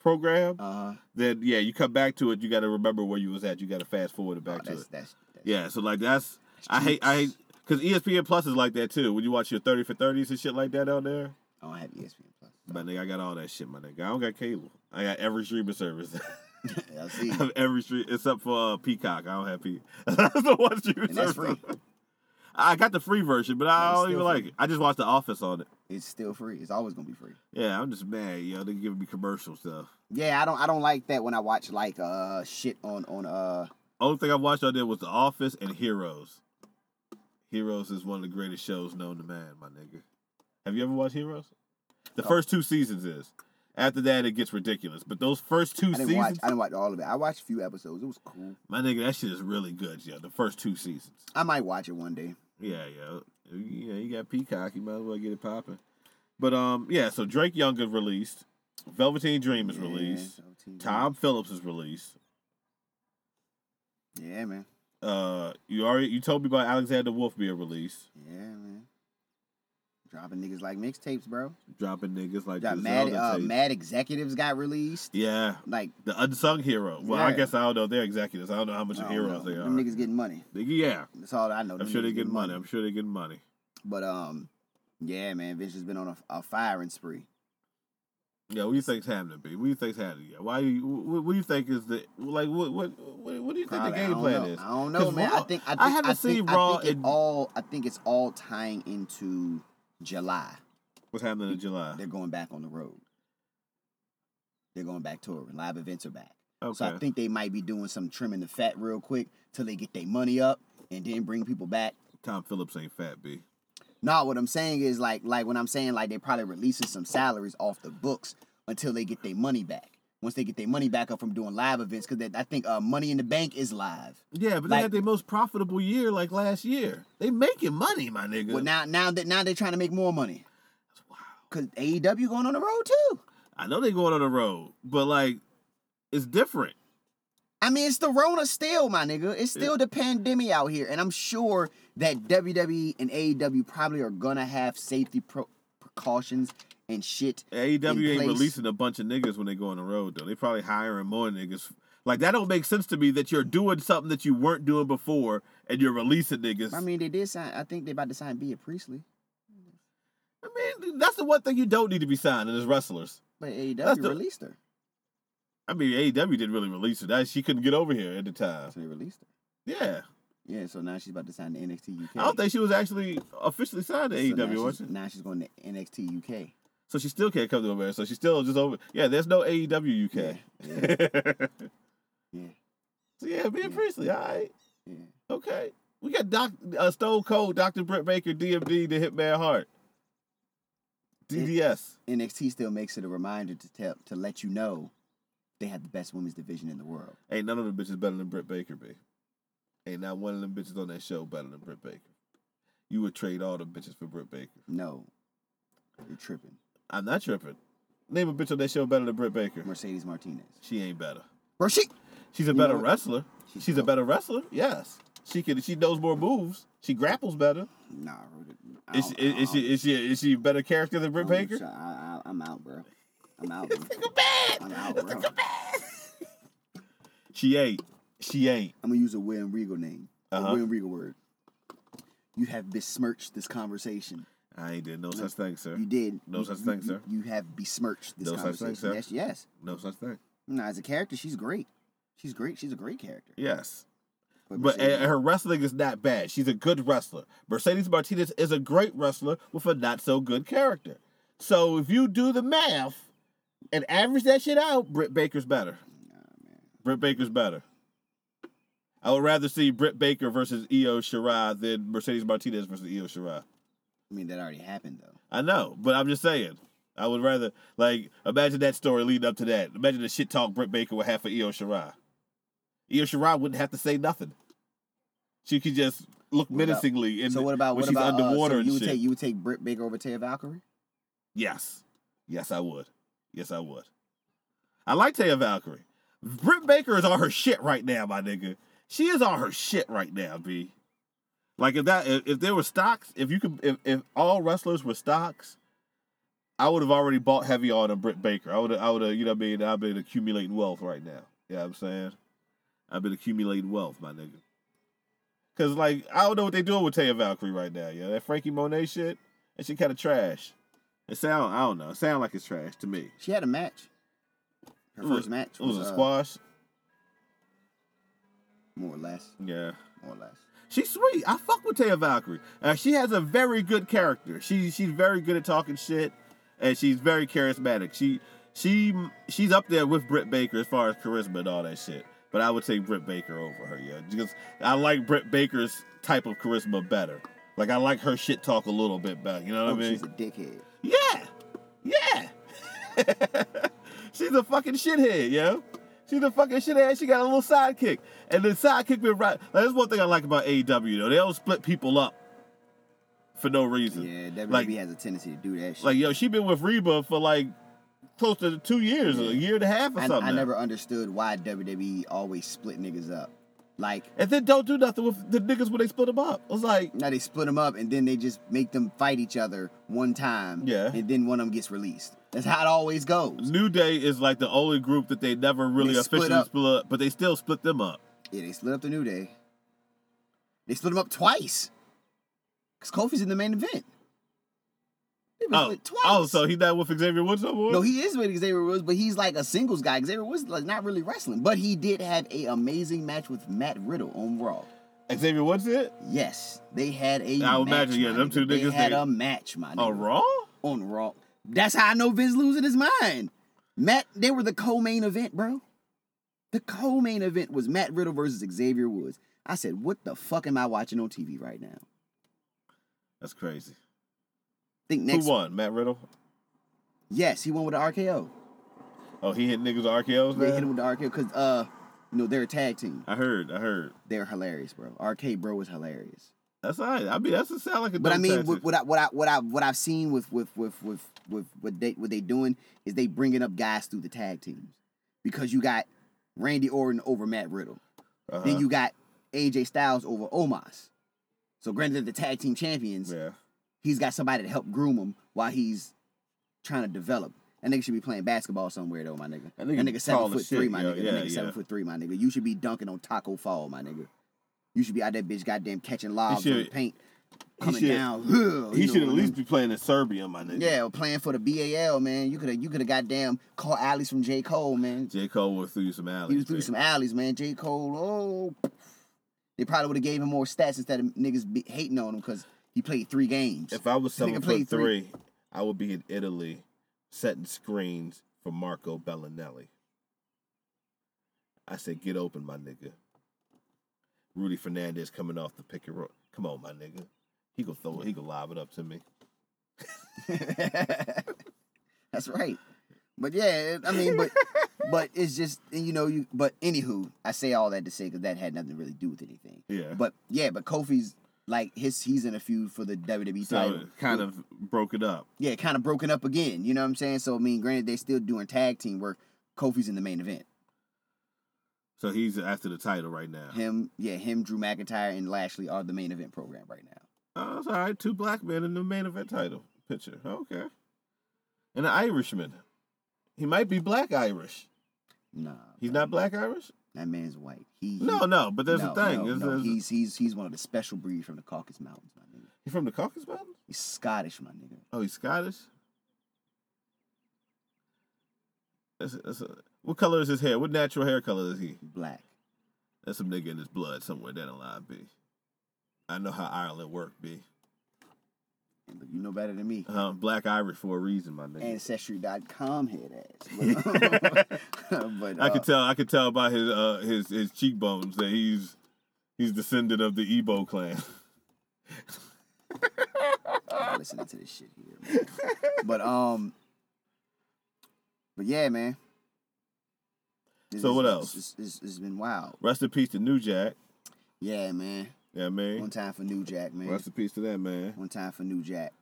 program,
uh
then yeah, you come back to it. You got to remember where you was at. You got to fast forward it
oh,
back to
that's,
it.
that's, that's
Yeah, so like that's I hate I hate E because ESPN Plus is like that too. When you watch your thirty for thirties and shit like that out there,
I don't have ESPN plus.
my nigga, I got all that shit, my nigga. I don't got cable. I got every streaming service. (laughs)
(laughs) I
I
see.
(laughs) have every street except for uh, Peacock. I don't have Peacock. (laughs) that's the one streaming
And that's
service.
free.
I got the free version, but
No,
I
it's
don't even
still
like
free.
it. I just watched The Office on it.
It's still free. It's always gonna be free.
Yeah, I'm just mad, yo. They giving me commercial stuff.
Yeah, I don't I don't like that when I watch like uh shit on on uh
Only thing I watched on there was The Office and Heroes. Heroes is one of the greatest shows known to man, my nigga. Have you ever watched Heroes? The
No.
first two seasons is. After that, it gets ridiculous. But those first two
I didn't
seasons,
watch I didn't watch all of it. I watched a few episodes. It was cool.
my nigga, that shit is really good, yo. The first two seasons.
I might watch it one day.
Yeah, yeah. Yeah, you got Peacock. You might as well get it popping. But um, yeah. So Drake Young is released. Velveteen Dream is
Yeah,
released.
so TV.
Tom Phillips is released.
Yeah, man.
Uh, you already you told me about Alexander Wolf being released,
Yeah, man. Dropping niggas like mixtapes, bro.
dropping niggas like
Got
the
mad
Zelda
uh,
tape.
mad executives got released.
Yeah,
Like
the unsung hero. Well, I
Yeah.
guess I don't know. They're executives. I don't know how much
I
of
don't
heroes
know.
they are.
Them niggas getting money.
Nigga, yeah,
That's all I know.
I'm
Them
sure
niggas
they
getting
get money. I'm sure they get money.
But um, yeah, man, Vince has been on a, a firing spree.
Yeah, what do you think's happening, B? What do you think's happening? Yeah, Why? You, what, what do you think is the like? What what what, what do you
Probably,
think the game
I don't
plan
know.
is?
I don't
'Cause
know, man.
Raw-
I think I, think,
I haven't
I think,
seen
I
Raw.
think it
in-
all. I think it's all tying into July.
what's happening in July?
They're going back on the road. They're going back touring. Live events are back.
Okay.
So I think they might be doing some trimming the fat real quick till they get their money up and then bring people back.
Tom Phillips ain't fat, B.
No, what I'm saying is like like when I'm saying like they probably releasing some salaries off the books until they get their money back. Once they get their money back up from doing live events, because I think uh, Money in the Bank is live.
Yeah, but they
Like-
had their most profitable year like last year. They making money, my nigga.
Well, now now that now they're trying to make more money
wow.
because AEW going on the road too.
I know they going on the road, but like, it's different.
I mean, it's the Rona still, my nigga. It's still the pandemic out here, and I'm sure that WWE and AEW probably are gonna have safety pro- precautions and shit.
AEW E ain't
place.
releasing a bunch of niggas when they go on the road though. They probably hiring more niggas. Like that don't make sense to me that you're doing something that you weren't doing before and you're releasing niggas.
I mean, they did sign. I think they about to sign Bea Priestley,
I mean, that's the one thing you don't need to be signing is wrestlers.
but AEW
That's the-
released her.
I mean, AEW didn't really release her. That she couldn't get over here at the time.
So they released her.
Yeah,
Yeah, so now she's about to sign to NXT UK.
I don't think she was actually officially signed to
so now
AEW,
she's-
was she?
Now she's going to NXT UK.
So she still can't come to America. So she's still just over. Yeah, there's no E AEW UK. (laughs)
Yeah,
so yeah, me and
Yeah.
Priestley. All right,
yeah.
okay. We got Doc uh, Stone Cold, Doctor Britt Baker, DMD, the Hitman Hart, DDS.
NXT still makes it a reminder to tell to let you know they have the best women's division in the world.
Ain't none of them bitches better than Britt Baker, b. Ain't not one of them bitches on that show better than Britt Baker. You would trade all the bitches for Britt Baker.
No, you're tripping.
I'm not tripping. Name a bitch on that show better than Britt Baker.
Mercedes Martinez.
She ain't better.
Rashid.
She's a
You
better
know what?
wrestler.
She's
She's a
dope.
better wrestler. Yes, she can. She knows more moves. She grapples better.
Nah, I
Is,
don't-
is, is
I
she is she is she a better character than Britt
don't- I don't-
Baker?
I, I, I'm out, bro. I'm
(laughs)
out. Bro. I'm out, bro.
She ain't. She ain't.
I'm gonna use a William Regal name,
Uh-huh.
a William Regal word. You have besmirched this conversation.
I ain't did no such thing, sir.
You did.
No
You-
such
you-
thing,
you-
sir.
You have besmirched this
No such
conversation.
thing, sir.
Yes, yes.
No such thing.
Nah, as a character, she's great. She's great. She's a great character.
Yes, but eh,
Mercedes-
and her wrestling is not bad. She's a good wrestler. Mercedes Martinez is a great wrestler with a not so good character. So if you do the math and average that shit out, Britt Baker's better.
Nah, man.
Britt Baker's better. I would rather see Britt Baker versus Io Shirai than Mercedes Martinez versus Io Shirai.
I mean, that already happened though.
I know, but I'm just saying. I would rather like imagine that story leading up to that. Imagine the shit talk Britt Baker would have for Io Shirai. Io Shirai wouldn't have to say nothing. She could just look
What about-
menacingly in
so what about
when
what
she's
about
underwater
uh, so
and
you would
shit.
take you would take Britt Baker over Taya Valkyrie?
Yes. Yes, I would. Yes, I would. I like Taya Valkyrie. Britt Baker is on her shit right now, my nigga. She is on her shit right now, B. Like if that if, if there were stocks, if you could if, if all wrestlers were stocks, I would have already bought heavy on a Britt Baker. I would I would have, you know what I mean, I've been accumulating wealth right now. You know what I'm saying? I've been accumulating wealth, my nigga. Cause like I don't know what they doing with Taya Valkyrie right now, yeah. That Frankie Monet shit, that shit kinda trash. It sound I don't know. It sound like it's trash to me.
She had a match. Her
It was-
first match
It was a
uh,
squash.
more or less,
Yeah.
more or less.
She's sweet. I fuck with Taya Valkyrie. Uh, she has a very good character. She she's very good at talking shit, and she's very charismatic. She she she's up there with Britt Baker as far as charisma and all that shit. But I would say Britt Baker over her, yeah, because I like Britt Baker's type of charisma better. Like I like her shit talk a little bit better. You know what
oh,
I mean?
she's a dickhead.
Yeah. Yeah. (laughs) She's a fucking shithead, yo. She's a fucking shithead. She got a little sidekick. And the sidekick been right. Like, that's one thing I like about AEW, though. They don't split people up for no reason.
Yeah, WWE
like,
has a tendency to do that shit.
like, yo, she been with Reba for like close to two years, a year and a half or
I,
something.
I
now.
never understood why WWE always split niggas up. Like
And then don't do nothing with the niggas when they split them up. I was like,
now they split them up and then they just make them fight each other one time.
Yeah.
And then one of them gets released. That's how it always goes.
New Day is like the only group that they never really
They split
officially
up.
split up, but they still split them up.
Yeah, they split up the New Day. They split them up twice. Cause Kofi's in the main event. They've been
Oh,
split twice.
oh, so he not with Xavier Woods no more?
No, he is with Xavier Woods, but he's like a singles guy. Xavier Woods like not really wrestling, but he did have a amazing match with Matt Riddle on Raw.
Xavier Woods did?
Yes, they had a.
I would
match,
imagine, yeah,
my
them
nigga.
two
They
niggas,
had
they-
a match, my
Oh,
nigga,
Raw?
on Raw. That's how I know Vince losing his mind. Matt, they were the co-main event, bro. The co-main event was Matt Riddle versus Xavier Woods. I said, what the fuck am I watching on TV right now?
That's crazy.
think next.
Who won? Matt Riddle?
Yes, he won with the RKO.
Oh, he hit niggas with RKO's
They
now?
hit him with the RKO because uh, you know they're a tag team.
I heard, I heard.
They're hilarious, bro. RK bro is hilarious.
That's all right. I mean, that's a sound like a
But I
dope
mean,
tactic.
what, what I what I what I what I've seen with with with with with what they what they doing is they bringing up guys through the tag teams because you got Randy Orton over Matt Riddle,
Uh-huh.
then you got AJ Styles over Omos. So granted, they're the tag team champions,
Yeah.
he's got somebody to help groom him while he's trying to develop. That nigga should be playing basketball somewhere though, my nigga. That
That
nigga,
nigga
seven
tall as
foot three,
shit,
my
yo.
nigga.
Yeah,
that nigga seven
yeah.
foot three, my nigga. You should be dunking on Taco Fall, my nigga. You should be out that bitch goddamn catching lobs on the
should-
paint,
he
coming
should-
down. Huh,
He
Oh, you know what
should at
I
least
mean?
be playing in Serbia, my nigga.
Yeah, or playing for the BAL, man. You could have you could have goddamn caught alleys from J. Cole, man.
J. Cole was through some alleys.
He was through
man.
some alleys, man. J. Cole, oh they probably would have gave him more stats instead of niggas be hating on him because he played three games.
If I was
This nigga
seven
played
foot
three.
three, I would be in Italy setting screens for Marco Bellinelli. I said, get open, my nigga. Rudy Fernandez coming off the pick and roll. Come on, my nigga. He gonna throw it. He gonna lob it up to me.
(laughs) That's right. But yeah, I mean,
(laughs)
but but it's just you know you. But anywho, I say all that to say because that had nothing to really do with anything.
Yeah.
But yeah, but Kofi's like his he's in a feud for the WWE
So
title.
it kind of broke it up.
yeah, kind of broken up again. You know what I'm saying? So I mean, granted they still doing tag team work. Kofi's in the main event.
So he's after the title right now.
Him, yeah, him, Drew McIntyre, and Lashley are the main event program right now.
Oh, that's all right. Two black men in the main event title picture. Okay. And an Irishman. He might be black Irish.
Nah,
He's
bro.
not black Irish?
That man's white. He he-
No, no, but there's
no,
a thing.
no,
It's-
no.
it's-
He's he's he's one of the special breed from the Caucasus Mountains, my nigga.
He from the Caucasus Mountains?
He's Scottish, my nigga.
Oh, he's Scottish. That's that's a, what color is his hair? What natural hair color is he?
Black.
That's some nigga in his blood somewhere down the line, B. I know how Ireland work, B.
Look, you know better than
(laughs)
me.
Um, black Irish for a reason, my nigga.
Ancestry.com head
(laughs)
ass. But, (laughs) but
I
uh,
could tell. I could tell by his uh, his his cheekbones that he's he's descended of the Ebo clan. (laughs)
I'm listening to this shit here. Man. But um, but yeah, man. This
So
is-
what
it's-
else?
It's, it's- it's been wild.
Rest in peace to New Jack.
Yeah, man.
Yeah,
One
man.
time for New Jack, man.
Rest in peace to that man.
One time for New Jack.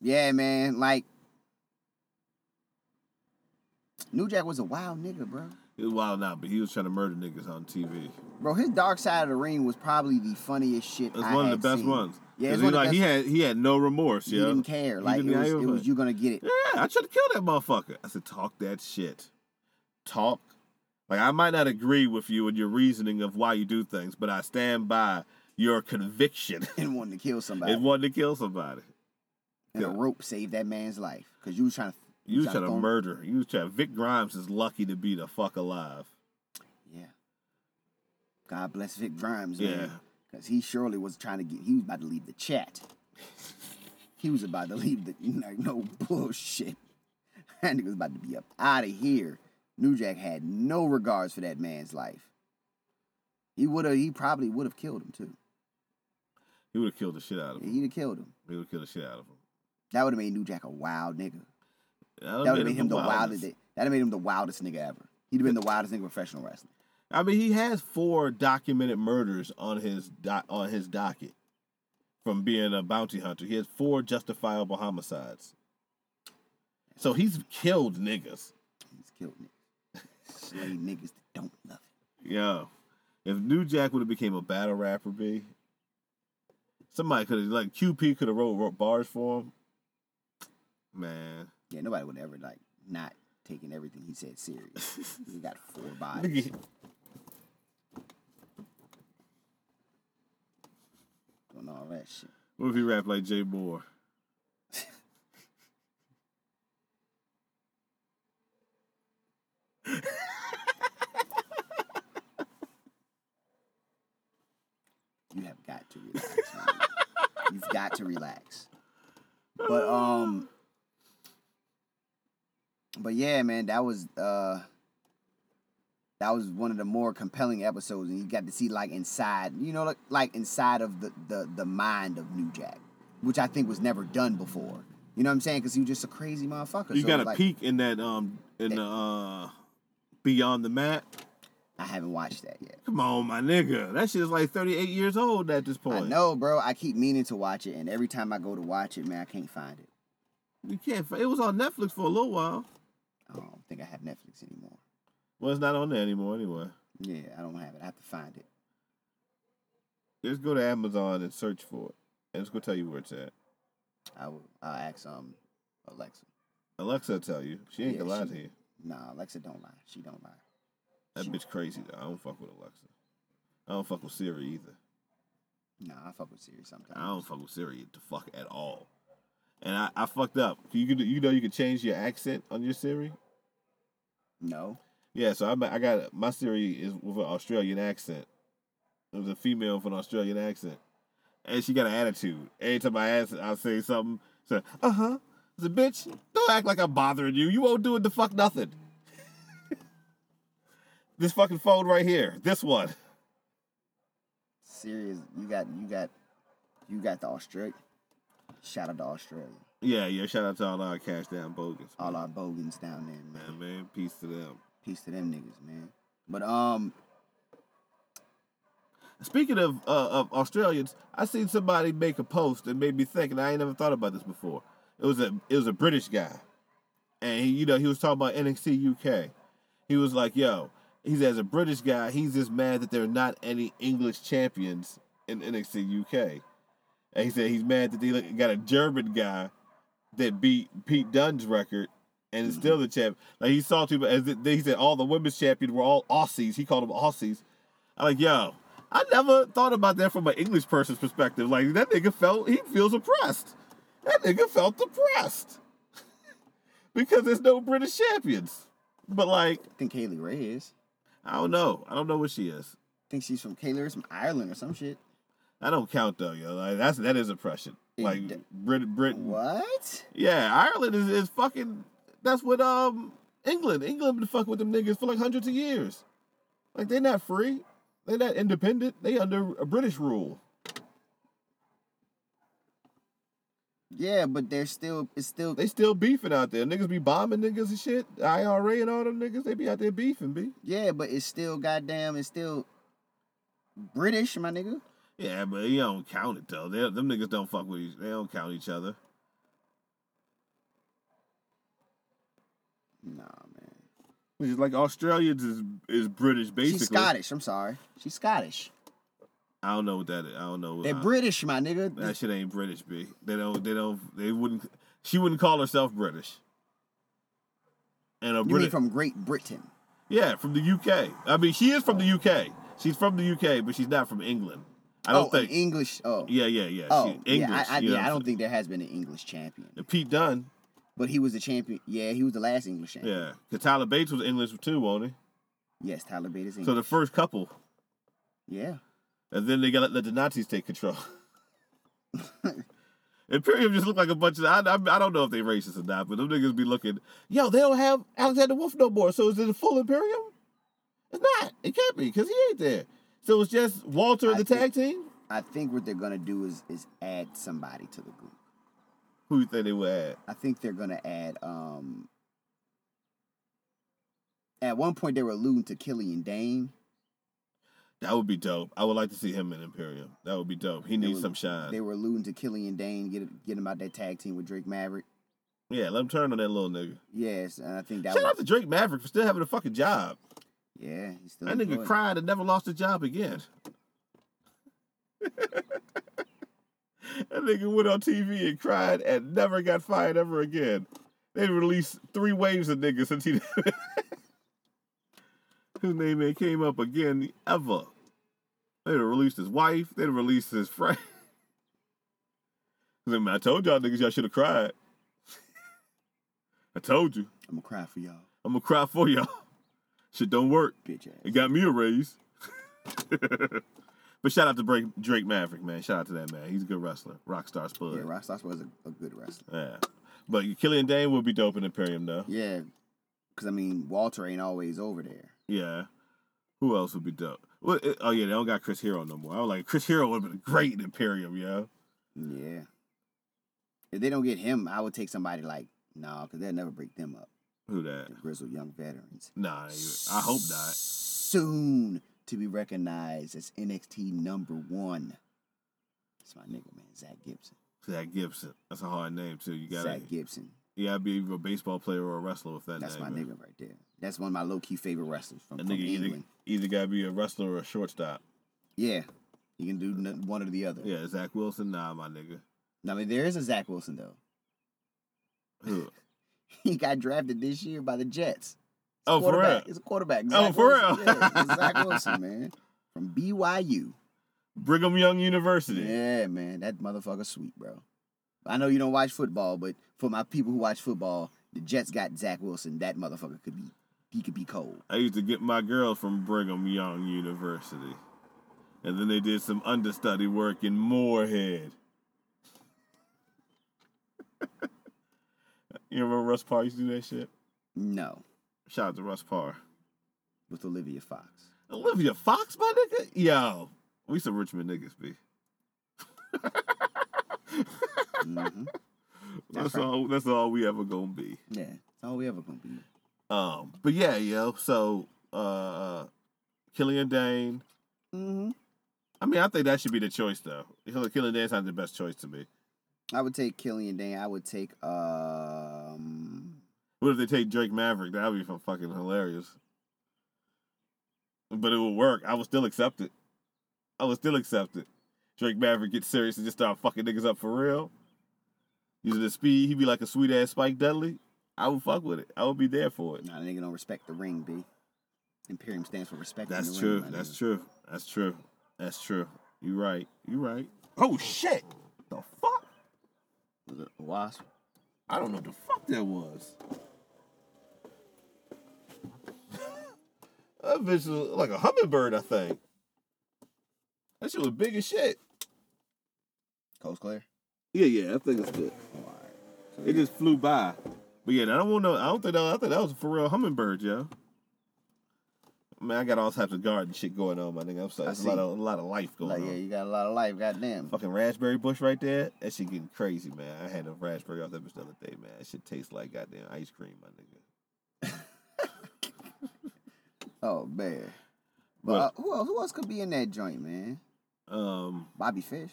Yeah, man. Like New Jack was a wild nigga, bro.
He was wild out, but he was trying to murder niggas on TV.
Bro, his Dark Side of the Ring was probably the funniest shit.
It's
I
one of the
had
best
seen.
ones.
Yeah,
Yeah,
it's
he,
one of the
like,
best.
he had he had no remorse.
He
yo.
didn't care. Like
didn't
it was,
give a
it was
fuck.
you gonna
(laughs)
get it.
Yeah, I tried to kill that motherfucker. I said, talk that shit. Talk. Like I might not agree with you and your reasoning of why you do things, but I stand by your conviction (laughs)
And wanting to kill somebody.
in wanting to kill somebody.
and a
yeah.
rope saved that man's life because you was trying to.
You was trying to
throw him-
murder. You was trying. Vic Grimes is lucky to be the fuck alive.
Yeah. God bless Vic Grimes,
Yeah.
man. Because he surely was trying to get. He was about to leave the chat. he was about to leave the. Like, no bullshit. (laughs) That nigga was about to be up out of here. New Jack had no regards for that man's life. He would have. He probably would have killed him too.
He would have killed the shit out of him.
He'd have killed him.
He would have killed the shit out of him.
That would have made New Jack a wild nigga.
That
That
would've
would have made him the
wildest.
wildest. That'd have made him the wildest nigga ever. He'd have been the wildest nigga in professional wrestling.
I mean, he has four documented murders on his doc- on his docket from being a bounty hunter. He has four justifiable homicides. So he's killed niggas.
He's killed niggas. Slay niggas that don't love him.
Yo, if New Jack would have became a battle rapper, b somebody could have like QP could have wrote, wrote bars for him. Man,
Yeah, nobody would ever like not taking everything he said serious.
(laughs)
he got four bodies.
Nigga.
Doing all that shit.
what if he rapped like Jay Moore?
you have got to relax. man. You've got to relax. But um, but yeah, man, that was uh, that was one of the more compelling episodes, and you got to see like inside, you know, like, like inside of the, the the mind of New Jack, which I think was never done before. You know what I'm saying? Because he was just a crazy motherfucker.
You
So,
got a
like,
peek in that um in the uh Beyond the Mat.
I haven't watched that yet.
Come on, my nigga. That shit is like 38 years old at this
I
point.
know, bro. I keep meaning to watch it, and every time I go to watch it, man, I can't find it.
You can't. fi- It was on Netflix for a little while.
I don't think I have Netflix anymore.
Well, it's not on there anymore anyway.
Yeah, I don't have it. I have to find it.
Just go to Amazon and search for it. And it's gonna tell you where it's at.
I will. I'll ask um Alexa.
Alexa will tell you. She ain't
Yeah,
gonna lie
she-
to you.
Nah, Alexa don't lie. She don't lie.
That
she-
bitch crazy though. I don't fuck with Alexa. I don't fuck with Siri either.
Nah, I fuck with Siri sometimes.
I don't fuck with Siri the fuck at all. And I, I fucked up. You could you know you could change your accent on your Siri.
No.
Yeah, so I'm, I got my Siri is with an Australian accent. It was a female with an Australian accent, and she got an attitude. Every time I ask, I say something. She "Uh huh." I said, "Bitch, don't act like I'm bothering you. You won't do it the fuck nothing." (laughs) this fucking phone right here. This one.
Siri is you got you got you got the Australia. Shout out to Australia.
Yeah, yeah. Shout out to all our cash down bogus.
All our bogans down there, man.
man, man. Peace to them.
Peace to them niggas, man. But um,
Speaking of uh, of Australians, I seen somebody make a post and made me think, and I ain't never thought about this before. It was a it was a British guy, and he, you know he was talking about NXT UK. He was like, "Yo," he's as a British guy, he's just mad that there are not any English champions in NXT UK, and he said he's mad that they like, got a German guy that beat Pete Dunne's record and is still the champ. Like he saw too, but as it- he said, all the women's champions were all Aussies. He called them Aussies. I'm like, yo, I never thought about that from an English person's perspective. Like that nigga felt he feels oppressed. That nigga felt oppressed (laughs) because there's no British champions. But like,
I think Kaylee Ray is.
I don't know. I don't know what she is.
I think she's from Kaylee Ray's from Ireland or some shit.
I don't count though, yo. Like that's that is oppression. Like
It-
Brit- Britain,
What?
Yeah, Ireland is, is fucking. That's what um England. England been fucking with them niggas for like hundreds of years. Like they're not free. They're not independent. They under a British rule.
Yeah, but they're still it's still
They still beefing out there. Niggas be bombing niggas and shit. The IRA and all them niggas. They be out there beefing, b.
yeah, but it's still goddamn it's still British, my nigga.
Yeah, but you don't count it though. They, them niggas don't fuck with. Each, they don't count each other.
Nah, man.
Which is like Australians is is British basically.
She's Scottish. I'm sorry. She's Scottish.
I don't know what that is. I don't know.
They're
I-
British, my nigga.
That shit ain't British, b. They don't. They don't. They wouldn't. She wouldn't call herself British. And a
you mean
British.
from Great Britain?
yeah, from the UK. I mean, she is from the UK. She's from the UK, but she's not from England. I
oh,
don't
an
think.
English. Oh,
yeah, yeah, yeah.
oh,
she, English.
yeah. I, I,
you know
yeah,
what
I
I'm
don't think
saying?
there has been an English champion,
And Pete Dunne.
but he was the champion. Yeah, he was the last English champion.
Yeah, 'Cause Tyler Bates was English too, wasn't
Yes, Tyler Bate is
he?
English.
So the first couple,
yeah,
and then they got let the Nazis take control. (laughs) Imperium just looked like a bunch of I, I, I don't know if they racist or not, but them niggas be looking. Yo, they don't have Alexander Wolf no more, so is it a full Imperium? It's not. It can't be because he ain't there. So it's just Walter and
I
the tag team.
I think what they're gonna do is is add somebody to the group.
Who you think they would add?
I think they're gonna add. um At one point, they were alluding to Killian Dane.
That would be dope. I would like to see him in Imperium. That would be dope. He
They
needs
were-
some shine.
They were alluding to Killian Dane. Get get him out that tag team with Drake Maverick.
yeah, let him turn on that little nigga.
Yes, and I think that.
Shout
was,
out to Drake Maverick for still having a fucking job.
yeah, he's still.
That nigga
employed.
cried and never lost a job again. that nigga went on TV and cried and never got fired ever again. They released three waves of niggas since he (laughs) his name ain't came up again ever. They done released his wife. They done released his friend. (laughs) I mean, I told y'all niggas y'all should have cried. (laughs) I told you.
I'm gonna cry for y'all,
I'm gonna cry for (laughs) y'all. Shit don't work.
bitch ass.
It got me a raise. (laughs) But shout out to Drake, Drake Maverick, man. Shout out to that man. He's a good wrestler. Rockstar Spud.
Yeah, Rockstar Spud is a, a good wrestler.
Yeah. But Killian Dane would be dope in Imperium though.
Yeah, because I mean Walter ain't always over there.
Yeah. Who else would be dope? What, oh yeah, they don't got Chris Hero no more. I was like, Chris Hero would have been great in Imperium, yo.
Yeah. If they don't get him, I would take somebody like no, nah, because they'll never break them up.
Who that?
The grizzled young veterans.
Nah, I hope not.
Soon to be recognized as NXT number one. It's my nigga, man, Zach Gibson.
Zach Gibson. That's a hard name too. You gotta,
Zach Gibson.
you gotta be either a baseball player or a wrestler with that
That's
name.
my nigga right there. That's one of my low key favorite wrestlers from,
That
from
nigga either,
England.
either gotta be a wrestler or a shortstop.
Yeah. You can do n- one or the other.
Yeah, Zach Wilson. Nah, my nigga.
Now, I mean, there is a Zach Wilson, though. (laughs)
Who?
He got drafted this year by the Jets. It's a
Oh, for real?
quarterback. It's a quarterback.
Oh, for
Wilson.
real?
Yeah, it's
(laughs)
Zach Wilson, man. From BYU.
Brigham Young University.
Yeah, man, that motherfucker sweet, bro. I know you don't watch football, but for my people who watch football, the Jets got Zach Wilson. That motherfucker could be, he could be cold.
I used to get my girls from Brigham Young University. And then they did some understudy work in Moorhead. (laughs) you remember Russ Parr used to do that shit?
No,
Shout out to Russ Parr.
with Olivia Fox.
(laughs) Olivia Fox, my nigga? Yo. We some Richmond niggas, B.
hmm
That's,
right.
all that's all we ever gonna be.
Yeah, that's all we ever gonna be.
Um, but yeah, yo, so uh Killian Dane.
hmm
I mean, I think that should be the choice though. Killian Dane's not the best choice to me.
I would take Killian Dane. I would take um.
What if they take Drake Maverick? That would be fu- fucking hilarious. But it would work. I would still accept it. I would still accept it. Drake Maverick gets serious and just start fucking niggas up for real. Using the speed, he'd be like a sweet ass Spike Dudley. I would fuck with it. I would be there for it.
Nah, that nigga don't respect the ring, B. Imperium stands for respect. in
That's
the
true.
Ring, my
That's
nigga.
true. That's true. That's true. You right. You right. Oh shit! The fuck?
Was it a wasp?
I don't know what the fuck that was. (laughs) that bitch was like a hummingbird, I think. That shit was big as shit.
Coast Clear.
Yeah, yeah, I think it's good.
Oh, all right. So,
It just flew by. But yeah, I don't want no. I don't think that. I think that was a for real hummingbird, yo. Man, I got all types of garden shit going on, my nigga. I'm sorry,
I
it's a lot
see.
of a lot of life going
like,
on.
yeah, you got a lot of life. Goddamn.
Fucking raspberry bush right there. That shit getting crazy, man. I had a raspberry off that bitch the other day, man. That shit tastes like goddamn ice cream, my nigga.
Oh man.
But-
But uh, who else? Who else could be in that joint, man?
Um,
Bobby Fish.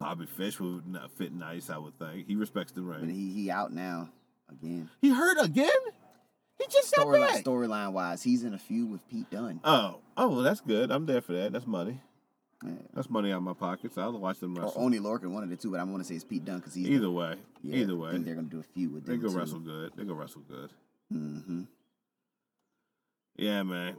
Bobby Fish would not fit nice, I would think. He respects the
But
ring.
he he out now again.
He hurt again? He just got
Storyline
back.
storyline wise, he's in a feud with Pete Dunne.
Oh, oh, well, that's good. I'm there for that. That's money.
Yeah.
That's money out of my pockets. I'll watch them
Or
wrestle.
Oni Lorcan, one of the two, but I want to say it's Pete Dunne because he's
either way,
yeah,
either
I
way,
think they're gonna do a feud with
they
them
go
too.
wrestle good. They go wrestle good.
hmm
Yeah, man.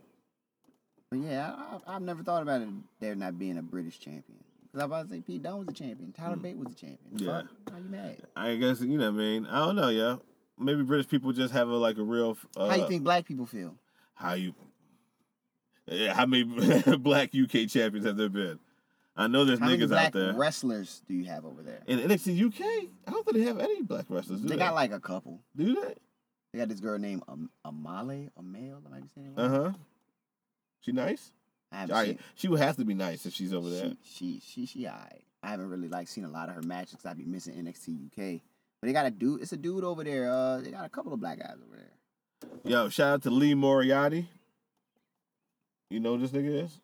But yeah, I, I, I've never thought about it. There not being a British champion. 'Cause I was about to say Pete Dunne was a champion. Tyler Bate was a champion.
Yeah.
Fuck, how you mad?
I guess you know. what I mean, I don't know, yeah. Maybe British people just have a like a real. Uh,
how you think black people feel?
How you? Yeah, how many (laughs) black UK champions have there been? I know there's
How many
niggas out
black
there.
wrestlers do you have over there?
In NXT UK, I don't think they have any black wrestlers. Do
They
they,
got like a couple.
do they?
They got this girl named Am- Amale, Amale, am I saying it right?
Uh huh. She nice.
I haven't
All right.
seen,
She would have to be nice if she's over there.
she, she, she, she, alright. I haven't really like seen a lot of her matches 'cause I be missing NXT UK. But they got a dude, it's a dude over there. Uh, they got a couple of black guys over there.
Yo, shout out to Lee Moriarty. You know who this nigga is.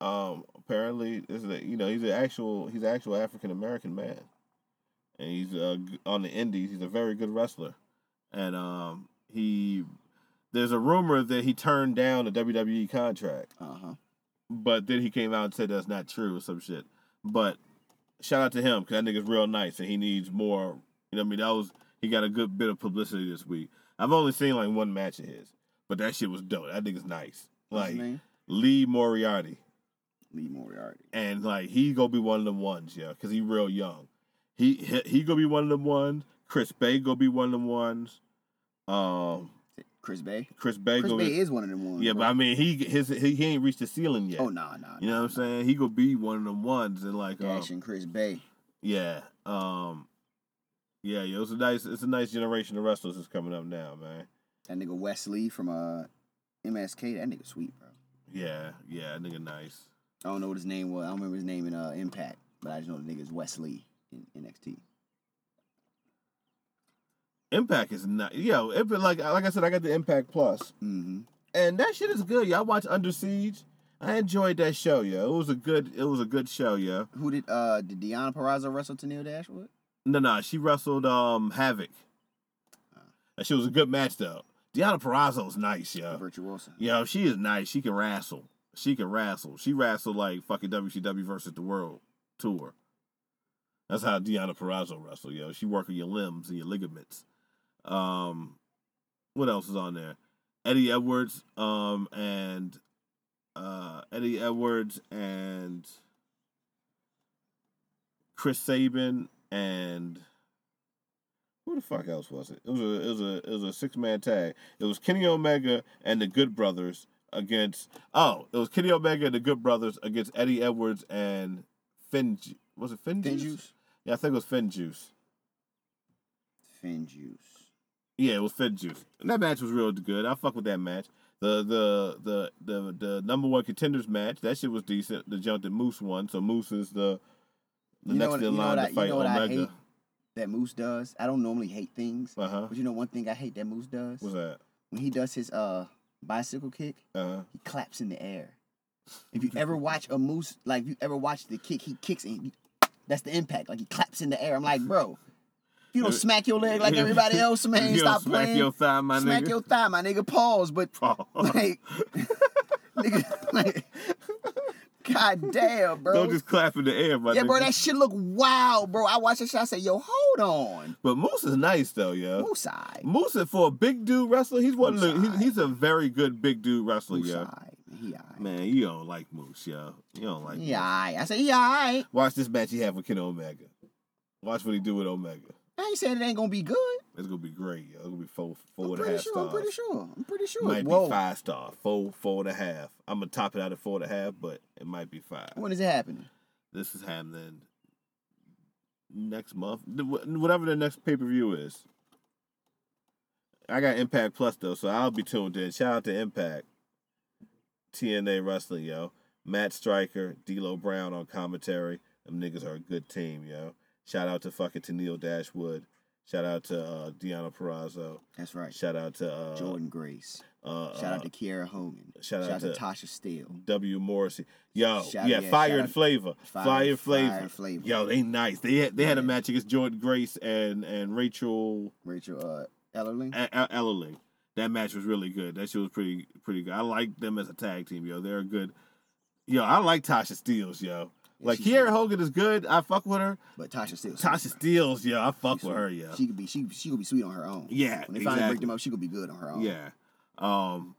Um, apparently this is a, you know he's an actual he's an actual African American man, and he's uh, g- on the Indies. He's a very good wrestler, and um he there's a rumor that he turned down a WWE E contract.
Uh huh.
But then he came out and said that's not true or some shit. But shout out to him because that nigga's real nice and he needs more. You know what I mean? That was he got a good bit of publicity this week. I've only seen like one match of his, but that shit was dope. That nigga's nice.
What's
Like
his name?
Lee Moriarty,
Lee Moriarty.
and like he gonna be one of them ones, yeah, because he real young. He, he he gonna be one of them ones. Chris Bay gonna be one of them ones. Um,
Chris Bay.
Chris Bay
Chris
go-
Bay is one of them ones.
yeah, but I mean he his he, he ain't reached the ceiling yet.
oh nah, nah.
You know what I'm saying? He gonna be one of the ones and like um,
Dash and Chris Bay.
yeah, um, yeah, yo, it's a nice it's a nice generation of wrestlers that's coming up now, man.
That nigga Wesley from uh, MSK. That nigga sweet, bro.
Yeah, yeah, that nigga, nice.
I don't know what his name was. I don't remember his name in uh, Impact, but I just know the nigga's Wesley in NXT.
Impact is not yo. Impact, like like I said, I got the Impact Plus,
Mm-hmm.
and that shit is good. Y'all watch Under Siege. I enjoyed that show, yo. It was a good it was a good show, yo.
Who did uh did Deanna Perrazzo wrestle Tennille Dashwood?
No, no, she wrestled um Havoc. That shit was a good match though. Deanna Perrazzo's nice, yo.
Virtuoso.
Yo, she is nice. She can wrestle. She can wrestle. She wrestled like fucking WCW versus the World tour. That's how Deanna Perrazzo wrestled, yo. She working your limbs and your ligaments. Um, what else is on there? Eddie Edwards, um, and uh, Eddie Edwards and Chris Sabin and who the fuck else was it? It was a it was a it was a six man tag. It was Kenny Omega and the Good Brothers against oh it was Kenny Omega and the Good Brothers against Eddie Edwards and Finn Ju- was it Finn,
Finn
Juice?
Juice.
Yeah, I think it was Finn Juice.
Finn Juice.
Yeah, it was Finn Juice. And that match was real good. I fuck with that match. The the the the the number one contenders match. That shit was decent. The jump that Moose won. So Moose is the the
You know
next
what-
in
you know
line
what I-
to
you
fight
know what I
Omega.
That Moose does. I don't normally hate things,
Uh huh.
but you know one thing I hate that Moose does
What's that?
when he does his uh bicycle kick,
Uh huh.
he claps in the air. If you ever watch a Moose, like if you ever watch the kick, he kicks and he, that's the impact. Like he claps in the air. I'm like, bro, if you don't
Uh,
smack your leg like everybody
(laughs)
else, man,
You don't
stop
smack
playing.
your thigh, my
smack
nigga.
your thigh, my nigga. Pause, but
(laughs) Oh.
like, nigga, like, god damn, (laughs) bro.
Don't just clap in the air, my
yeah,
nigga.
bro, that shit look wild, bro. I watched that shit. I said, yo, hold on,
but Moose is nice though, yo.
Moose Eye,
Moose is- for a big dude wrestler, he's one of the,
Moose
he's, he's a very good big dude wrestler,
Moose
yo.
Eye, he alright,
Man, you don't like Moose, yo. You don't like
he alright. I said, he alright.
Watch this match he had with Ken Omega. Watch what he do with Omega.
I ain't saying it ain't gonna be good.
It's gonna be great. Yo. It's gonna be four,
I'm
four and a
pretty
half
sure.
stars.
I'm pretty sure. I'm pretty sure.
Might
Whoa.
be five star, four, four and a half. I'm gonna top it out at four and a half, but it might be five.
When is it happening?
This is happening next month, Th- wh- whatever the next pay per view is. I got Impact Plus though, so I'll be tuned in. Shout out to Impact, TNA Wrestling, yo. Matt Stryker, D'Lo Brown on commentary. Them niggas are a good team, yo. Shout out to fucking Tennille Dashwood. Shout out to uh, Deanna Perrazzo.
That's right.
Shout out to uh,
Jordan Grace.
Uh,
Shout out to Kiara Hogan.
shout out to-
Tasha Steele.
W. Morrissey. Yo,
Shout-
yeah,
yeah,
Fire
shout
and
out-
Flavor. Fire,
Fire-
and Flavor.
Fire and Flavor.
Yo, they nice. They had, they had a
Yeah.
match against Jordan Grace and and Rachel
Rachel uh, Ellerling.
E- E- Ellerling. That match was really good. That shit was pretty pretty good. I like them as a tag team, yo. They're good. Yo, I like Tasha Steeles, yo.
Yeah,
Like
she's
Kiera
good.
Hogan is good. I fuck with her.
But Tasha Steele.
Tasha Steeles, yo, I fuck with her, yo.
She could be she she could be sweet on her own.
Yeah,
When they finally
exactly.
break them up, she could be good on her own.
Yeah. Um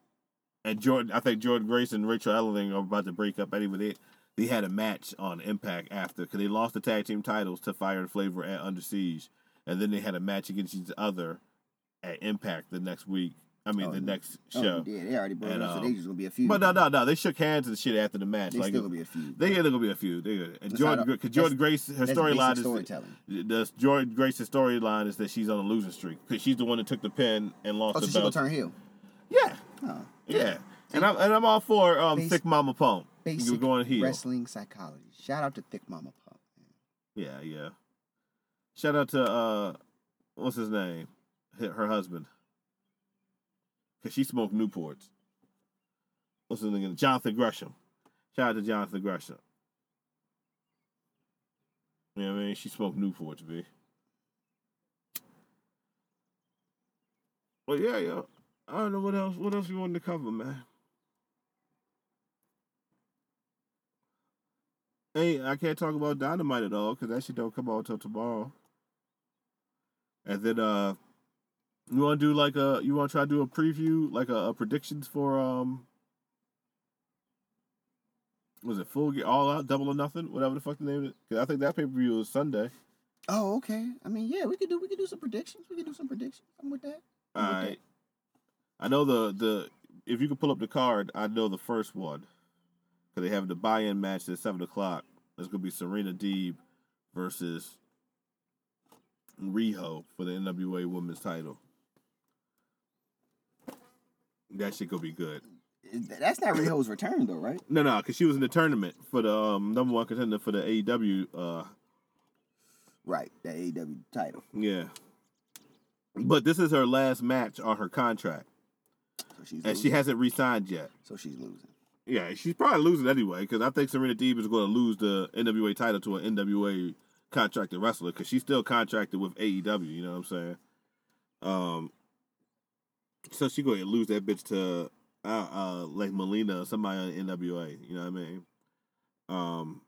and Jordan I think Jordan Grace and Rachel Elling are about to break up anyway. They they had a match on Impact after because they lost the tag team titles to Fire and Flavor at Under Siege. And then they had a match against each other at Impact the next week. I mean
Oh,
the
yeah.
next
Oh,
show.
yeah, they already broke
And,
up, so
um,
they just gonna be a few.
But no, no, no. They shook hands and shit after the match.
They
like
still gonna be a few.
they they're gonna be a few. They and
That's
Jordan
how the-
because Jordan Grace her
That's basic
storyline is
storytelling.
the Jordan Grace's storyline is that she's on a losing streak because she's the one that took the pin and lost
Oh,
the
so she gonna
belt.
turn heel.
Yeah,
Oh.
yeah. And I'm and I'm all for um
Basic-
thick mama pump.
Basic
You're going heel.
wrestling psychology. Shout out to Thick Mama Pump.
Yeah, yeah. Shout out to uh, what's his name? Her her husband. Cause she smoked Newports. What's his name? Jonathan Gresham. Shout out to Jonathan Gresham. You know what I mean? She smoked Newports, B. Well, yeah, yo. I don't know what else. What else you wanted to cover, man? Hey, I can't talk about Dynamite at all because that shit don't come out till tomorrow. And then, uh, you want to do like a, you want to try to do a preview, like a, a predictions for, um, was it Full Gear, All Out, Double or Nothing, whatever the fuck the name is? Because I think that pay per view is Sunday.
Oh, okay. I mean, yeah, we could do we could do some predictions. We could do some predictions. I'm with that.
All
Okay.
right. I know the the if you can pull up the card, I know the first one because they have the buy-in match at seven o'clock. It's gonna be Serena Deeb versus Riho for the NWA Women's Title. That shit gonna be good.
That's not Riho's return though, right?
No, no, because she was in the tournament for the um, number one contender for the AEW. Uh,
Right, that AEW title.
yeah, but this is her last match on her contract,
So she's
and
losing.
she hasn't re-signed yet.
so she's losing.
Yeah, she's probably losing anyway because I think Serena Deeb is going to lose the NWA title to an NWA contracted wrestler because she's still contracted with AEW. You know what I'm saying? Um, so she going to lose that bitch to uh, uh like Melina or somebody on NWA. You know what I mean? Um,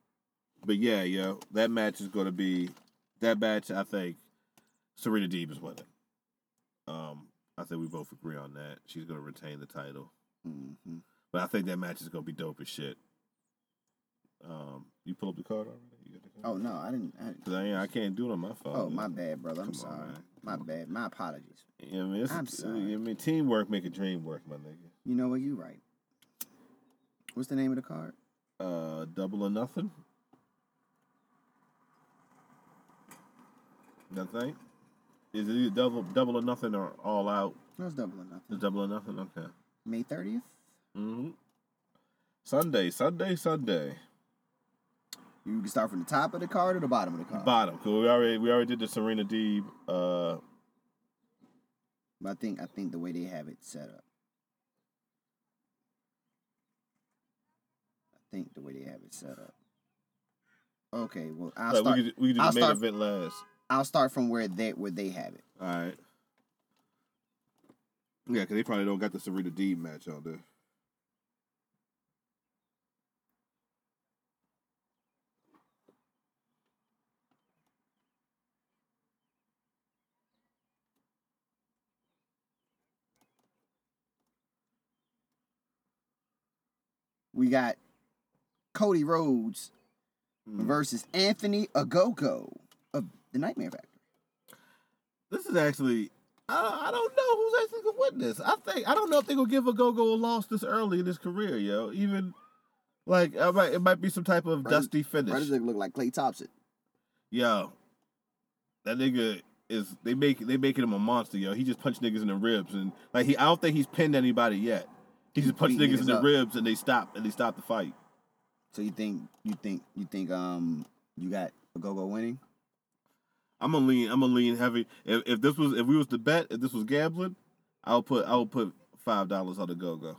but yeah, yo, that match is going to be that match. I think Serena Deeb is winning. Um, I think we both agree on that. She's going to retain the title.
hmm
But I think that match is gonna be dope as shit. Um, you pull up the card already? You got the card?
Oh no, I didn't. I didn't.
'Cause I, ain't- I can't do it on my phone.
Oh my bad, brother. I'm
Come on,
sorry.
man.
my bad. My apologies.
You know what I mean, It's-
I'm sorry.
I mean, teamwork make a dream work, my nigga.
You know what? You right. What's the name of the card?
Uh, double or nothing. Nothing. Is it either double, double or nothing, or all out?
No, it's double or
It's
nothing.
double or nothing. Okay.
May thirtieth.
hmm Sunday, Sunday, Sunday.
You can start from the top of the card or the bottom of the card.
Bottom. Cause we already we already did the Serena Deeb. Uh,
But I think I think the way they have it set up. I think the way they have it set up. Okay, well I'll
like
start.
we could, we could do
I'll
the main
start-
event last.
I'll start from where they where they have it.
All right. Yeah, because they probably don't got the Serena Deeb match out there.
We got Cody Rhodes
Mm.
versus Anthony Agoko of the Nightmare Factory.
This is actually, I, I don't know who's actually gonna win this. I think I don't know if they're gonna give a go go a loss this early in his career, yo. Even like I might, it might be some type of
Right.
dusty finish,
Why does it look like Clay Thompson?
yo. That nigga is they make they making him a monster, yo. He just punched niggas in the ribs and like he I don't think he's pinned anybody yet. He just punched
beating
niggas in
niggas
the
up.
ribs and they stop and they stop the fight.
So you think you think you think um you got Agogo winning?
I'm gonna lean. I'm gonna lean heavy. If, if this was if we was to bet, if this was gambling, I'll put I'll put five dollars on the go go.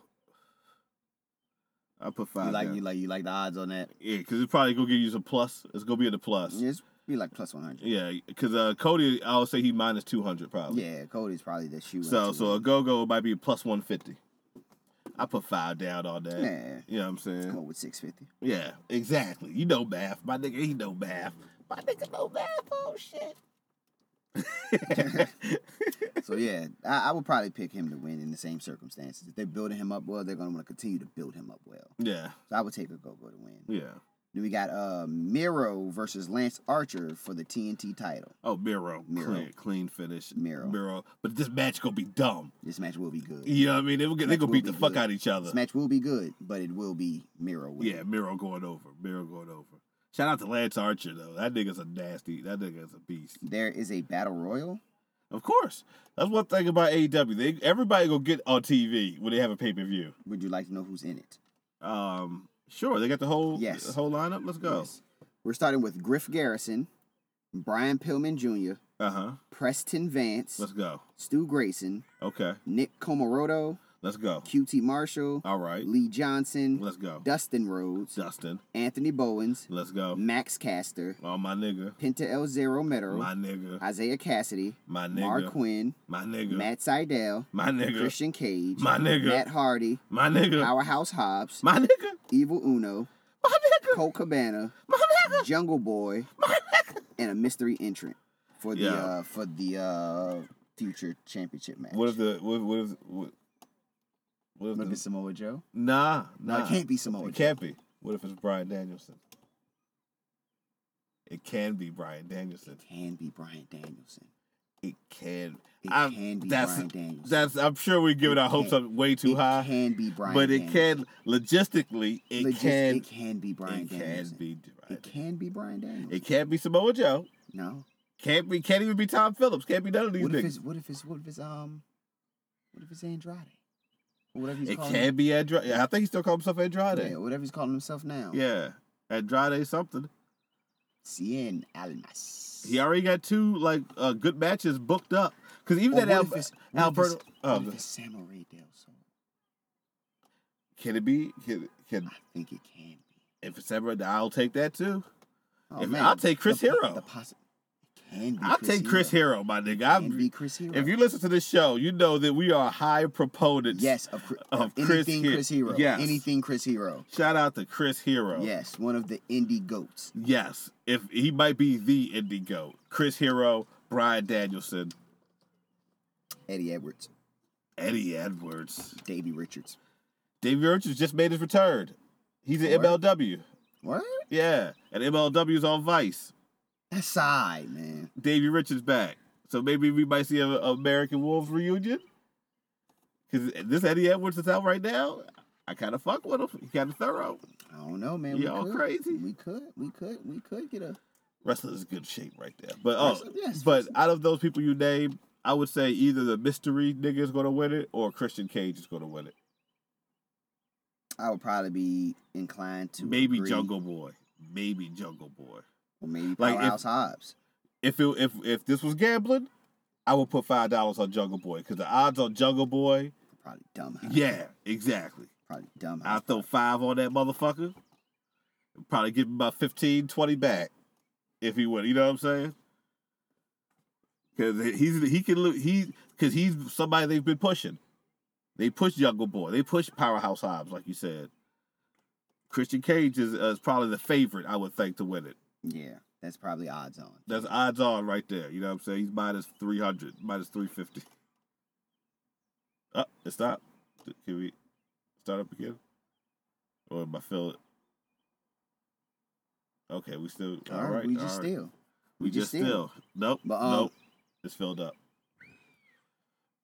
I will put five.
You like
down.
you like you like the odds on that?
yeah, because it's probably gonna give you some plus. It's gonna be in the plus. Yeah,
Yes, be like plus one hundred.
because uh, Cody, I would say he minus two hundred probably.
Yeah, Cody's probably the shoe.
so so a go go might be plus one fifty. I put five down on that.
yeah,
You know what I'm saying?
come up with six fifty.
Yeah, exactly. You know math. My nigga, he know math. My nigga know math. Oh shit.
So yeah, I, I would probably pick him to win in the same circumstances. If they're building him up well, they're gonna want to continue to build him up well.
yeah.
So I would take a go go to win.
Yeah.
Then we got uh Miro versus Lance Archer for the TNT title.
Oh, Miro.
Miro.
Clean, clean finish.
Miro.
Miro. But this match going to be dumb.
This match will be good.
You know what I mean? They're going
Match
to
will
beat
be
the fuck
good.
out of each other.
This match will be good, but it will be Miro winning.
yeah, Miro going over. Miro going over. Shout out to Lance Archer, though. That nigga's a nasty. That nigga's a beast.
There is a battle royal.
Of course. That's one thing about AEW. They, everybody going to get on TV when they have a pay per view.
Would you like to know who's in it?
Um, sure. They got the whole,
Yes.
the whole lineup. Let's go.
Yes. We're starting with Griff Garrison, Brian Pillman Jr.,
Uh huh.
Preston Vance,
Let's go.
Stu Grayson,
Okay.
Nick Comoroto,
Let's go.
QT Marshall,
All right.
Lee Johnson,
Let's go.
Dustin Rhodes,
Dustin.
Anthony Bowens,
Let's go.
Max Caster,
Oh, my nigga.
Penta El Zero
My
Medero,
nigga.
Isaiah Cassidy,
My nigga.
Mark Quinn,
My nigga.
Matt Seidel,
my nigga.
Christian Cage,
My nigga.
Matt Hardy,
my nigga.
Powerhouse Hobbs,
my nigga.
Evil Uno,
My nigga.
Cole Cabana,
My nigga.
Jungle Boy,
My nigga.
and a mystery entrant for the
Yeah.
uh, for the uh, future championship match.
What if the what what if what, what if
Would it be
the,
Samoa Joe?
Nah,
No,
nah.
it can't be Samoa
It
Joe.
can't be. What if it's Brian Danielson? It can be Brian Danielson.
Can be Brian Danielson.
It can.
It
I-
can be
that's,
Bryan Daniels.
That's. I'm sure we're giving
It
our hopes
can-
up way too
it
high.
can be Brian.
but it can logistically. It
Legis-
can.
It can be Brian
it can
Daniels.
be.
It can be Brian Daniels.
It can't be Samoa Joe.
no.
Can't be. Can't even be Tom Phillips. Can't be none of these
What if
niggas.
it's what if it's what if it's um what if it's Andrade? Or whatever he's
It
calling
can be Andrade. I think he still calls himself Andrade.
Yeah, whatever he's calling himself now.
Yeah. Andrade something.
Cien Almas.
He already got two like uh, good matches booked up. Cause even
Or
that
what
Al-
if it's- what if
Alberto,
it's-
oh,
what if it's Samurai Del Sol?
can it be? Can, can
I think it can be.
if it's ever? I'll take that too.
Oh,
If- I'll take Chris
the, po-
Hero.
The possi- it can be
I'll take Chris Hero, my nigga.
It Can
I'm,
be Chris Hero.
if you listen to this show, you know that we are high proponents.
yes, of, Chri-
of
of
Chris
anything
He-
Chris Hero.
yes.
Anything Chris Hero.
Shout out to Chris Hero.
Yes, one of the indie goats.
Yes. If he might be the indie goat, Chris Hero, Brian Danielson,
Eddie Edwards,
Eddie Edwards,
Davey Richards.
Davey Richards just made his return. He's in
Word.
MLW.
What?
Yeah, and MLW's on Vice.
That's side, man.
Davey Richards back. So maybe we might see an American Wolves reunion. Cause this Eddie Edwards is out right now. I kind of fuck with him. He kind of thorough.
I don't know, man.
Y'all
we could,
crazy.
We could, we could, we could get a.
Wrestler's in good shape right there. But oh,
Wrestler- yes,
but
wrestler.
out of those people you named, I would say either the mystery nigga is gonna win it or Christian Cage is gonna win it.
I would probably be inclined to
Maybe
agree,
Jungle Boy. Maybe Jungle Boy.
or maybe
like, if-
Powerhouse Hobbs.
if it, if if this was gambling, I would put five dollars on Jungle Boy because the odds on Jungle Boy.
Probably Dumbhouse.
Yeah, exactly.
Probably Dumbhouse.
I throw five on that motherfucker. Probably give him about 15, 20 back if he would. You know what I'm saying? Because he's he can lo- he because he's somebody they've been pushing. They push Jungle Boy. They push Powerhouse Hobbs, like you said. Christian Cage is, is probably the favorite, I would think, to win it.
yeah, that's probably odds on.
That's odds on right there. You know what I'm saying? He's minus 300, minus 350. Oh, it stopped. Can we start up again? Or am I feeling Okay, we still.
all right, we just
still.
still.
We, just still. Nope.
But, um,
nope. It's filled up.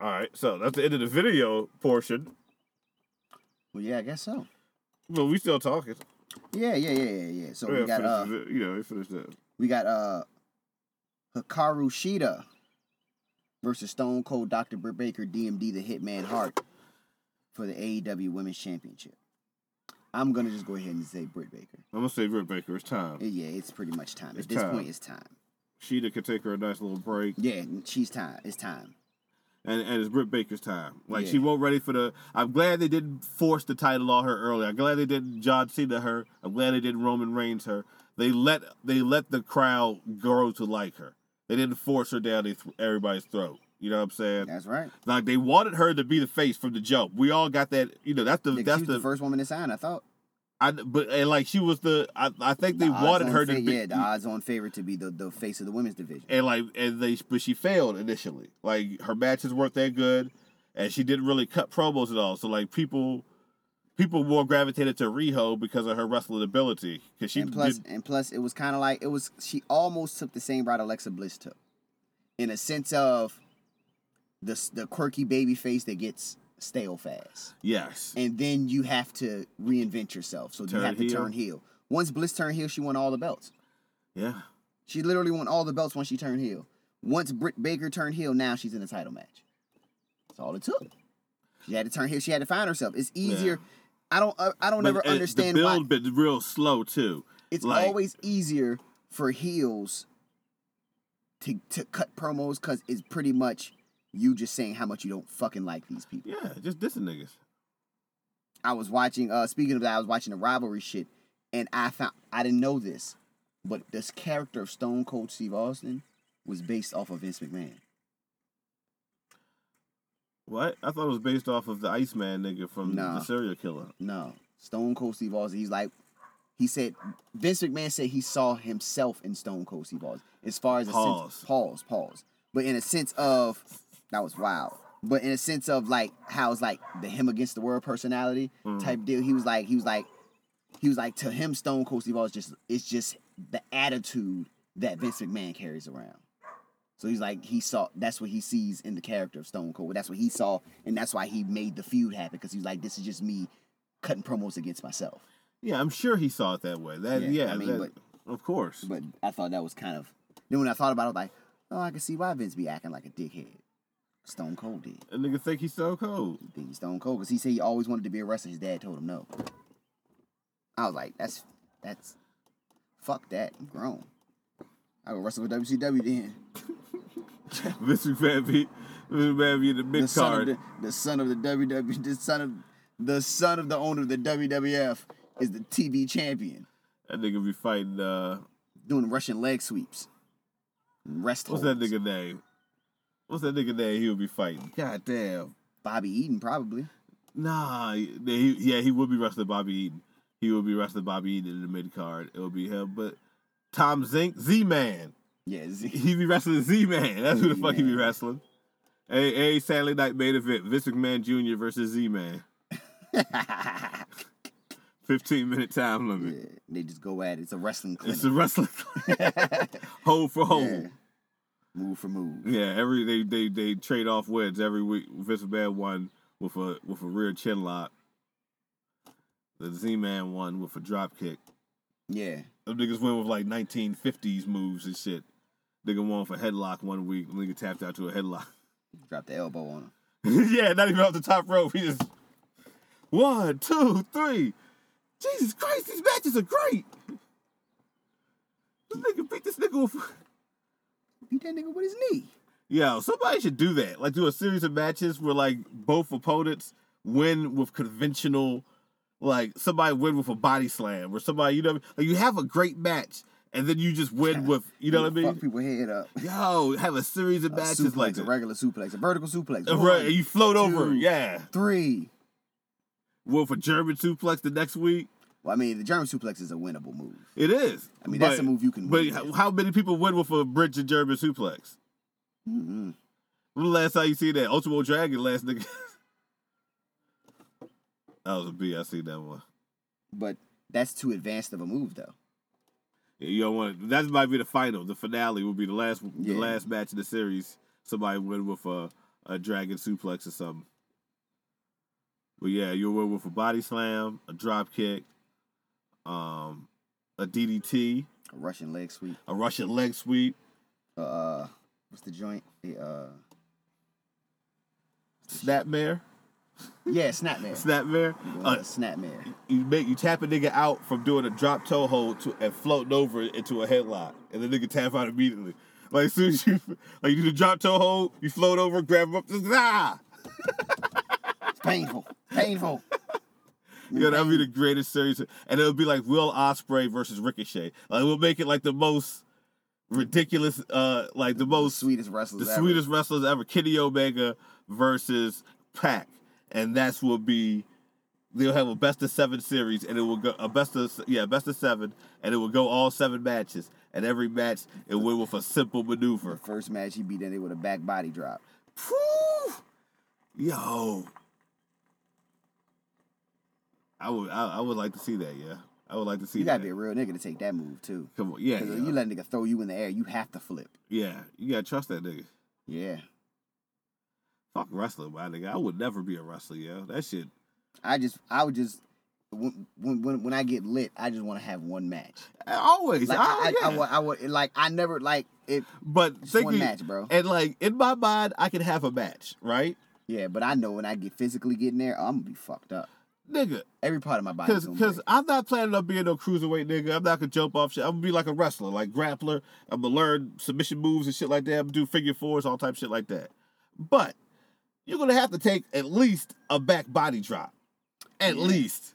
All right, so that's the end of the video portion.
Well, yeah, I guess so.
Well, we still talking.
Yeah, yeah, yeah, yeah, yeah. So we
Yeah,
got
finish
uh,
the vi- you know, we finished that.
we got uh, Hikaru Shida versus Stone Cold Dr. Britt Baker, DMD, the Hitman Hart for the AEW Women's Championship. I'm gonna just go ahead and say Britt Baker.
I'm gonna say Britt Baker. It's time.
Yeah, it's pretty much time.
It's
At this
time.
point, it's time.
Sheeta could take her a nice little break.
Yeah, she's time. It's time.
and, and it's Britt Baker's time. Like she
Yeah.
won't ready for the. I'm glad they didn't force the title on her early. I'm glad they didn't John Cena her. I'm glad they didn't Roman Reigns her. They let they let the crowd grow to like her. They didn't force her down they th- everybody's throat. You know what I'm saying?
That's right.
Like they wanted her to be the face from the jump. We all got that. You know that's the
Yeah, she
that's
was
the.
the, first woman to sign. I thought
I but and like she was the. I, I think they
The odds
wanted
on
her to
fa-
be.
yeah, the odds on favorite to be the, the face of the women's division.
and like and they but she failed initially. Like her matches weren't that good, and she didn't really cut promos at all. So like people, people more gravitated to Riho because of her wrestling ability. Because she
and plus,
did,
and plus, it was kind of like it was. She almost took the same route Alexa Bliss took, in a sense of the s- the quirky baby face that gets stale fast,
yes,
and then you have to reinvent yourself. So
Turn
you have to
heel.
turn heel. Once Bliss turned heel, she won all the belts.
yeah,
She literally won all the belts when she turned heel. Once Britt Baker turned heel, now she's in a title match. That's all it took. She had to turn heel. She had to find herself. It's easier. I don't. I I don't
But,
ever
uh,
understand
the
why
build been real slow too.
it's
like-
always easier for heels to to cut promos because it's pretty much you just saying how much you don't fucking like these people.
Yeah, just dissing niggas.
I was watching. Uh, speaking of that, I was watching the rivalry shit, and I found I didn't know this, but this character of Stone Cold Steve Austin was based off of Vince McMahon.
What I thought it was based off of the Iceman nigga from
Nah.
the serial killer.
No, Stone Cold Steve Austin. He's like, he said, Vince McMahon said he saw himself in Stone Cold Steve Austin. As far as a
Pause.
sense, pause, pause. But in a sense of that was wild. But in a sense of like how it's like the him against the world personality type deal. He was like, he was like, he was like to him Stone Cold Steve Austin just it's just the attitude that Vince McMahon carries around. So he's like he saw that's what he sees in the character of Stone Cold. That's what he saw, and that's why he made the feud happen because he's like, this is just me cutting promos against myself.
Yeah, I'm sure he saw it that way. That yeah,
Yeah, I mean,
that- of course.
But I thought that was kind of. Then when I thought about it, I was like, oh, I can see why Vince be acting like a dickhead. Stone Cold did.
a nigga think he's so cold. (laughs)
He think he's Stone Cold because he said he always wanted to be a wrestler. His dad told him no. I was like, that's that's fuck that. I'm grown. I go wrestle for WCW then.
Vince McMahon be Vince McMahon be the big
The son, of
card.
the, the son of the WW, the son of the son of the owner of the WWF is the TV champion
That nigga be fighting. uh
doing Russian leg sweeps, and rest
What's that
holds.
nigga name? What's that nigga name? He'll be fighting. God damn.
Bobby Eaton probably.
Nah. He, yeah, he would be wrestling Bobby Eaton. He would be wrestling Bobby Eaton in the mid card. It would be him. But Tom Zink, Z Man.
Yeah,
(laughs)
Z- (laughs)
He be wrestling Z Man. (laughs) That's who the fuck he be
Z-Man.
wrestling. A, a Saturday night main event: Vince McMahon Jr. versus Z Man. Fifteen minute time limit.
Yeah, they just go at it. It's a wrestling clinic.
It's a
(laughs)
wrestling (laughs) hold for hold.
Yeah. Move for move.
Yeah, every they they they trade off wins every week. Vince McMahon won with a with a rear chin lock. The Z Man won with a drop kick.
Yeah.
Them niggas win with like nineteen fifties moves and shit. Nigga won for headlock one week. Nigga tapped out to a headlock. (laughs)
Drop the elbow on him.
yeah, not even off the top rope. He just one, two, three. Jesus Christ, these matches are great. This nigga beat this nigga with.
Beat that nigga with his knee.
Yo, somebody should do that. Like do a series of matches where like both opponents win with conventional, like somebody win with a body slam or somebody you know like you have a great match and then you just win with you know what I
Fuck
mean.
people head up.
Yo, have a series of
A
matches
suplex,
like
a
that.
regular suplex, a vertical suplex.
And
One,
right, and you float over,
two.
yeah.
Three.
Well, for German suplex the next week,
Well, I mean, the German suplex is a winnable move.
it is.
I mean, that's
But-
a move you can
But
win
h-
with.
how many people win with a bridge and German suplex?
Mm-mm.
When the last time you see that Ultimo Dragon last nigga? (laughs) that was a B. I see that one.
But that's too advanced of a move, though.
Yeah, You don't want that might be the final. The finale will be the last
Yeah.
the last match in the series. Somebody win with a a dragon suplex or something. But yeah, you'll win with a body slam, a drop kick, um, a DDT,
A Russian leg sweep.
a Russian leg sweep.
Uh, what's the joint? The, uh,
Snapmare,
yeah, snapmare.
snapmare.
Uh,
Uh,
snapmare.
you make you tap a nigga out from doing a drop toe hold to and floating over into a headlock, and the nigga tap out immediately. Like as soon as you like you do the drop toe hold, you float over, grab him up, just ah.
It's painful. Painful.
(laughs) Yeah, that'd be the greatest series, and it'll be like Will Osprey versus Ricochet. Like we'll make it like the most ridiculous, uh, like the most
Sweetest wrestlers
the
ever.
sweetest wrestlers ever. Kenny Omega versus Pac, and that's will be they'll have a best of seven series, and it will go a best of yeah best of seven, and it will go all seven matches, and every match it win with a simple maneuver.
First match he beat in with a back body drop.
Whew. Yo, I would I, I would like to see that. Yeah, I would like to see
You
that.
gotta be a real nigga to take that move too.
Come on,
(laughs)
yeah,
'Cause
yeah.
you let a nigga throw you in the air, you have to flip.
yeah, you gotta trust that nigga.
Yeah.
Fuck wrestling, my nigga. I would never be a wrestler, yo. That shit.
I just, I would just, when when when, when I get lit, I just want to have one match.
Always,
Like
oh,
I,
yeah.
I, I, would, I would, like I never like it.
But
Just
thinking,
one match, bro.
and like in my mind, I can have a match, right,
Yeah, but I know when I get physically getting there, I'm gonna be fucked up.
nigga?
Every part of my body.
Because because I'm not planning on being no cruiserweight nigga. I'm not gonna jump off shit. I'm gonna be like a wrestler, like grappler. I'm gonna learn submission moves and shit like that. I'm gonna do figure fours, all type shit like that. But you're gonna have to take at least a back body drop, at
Yeah.
least.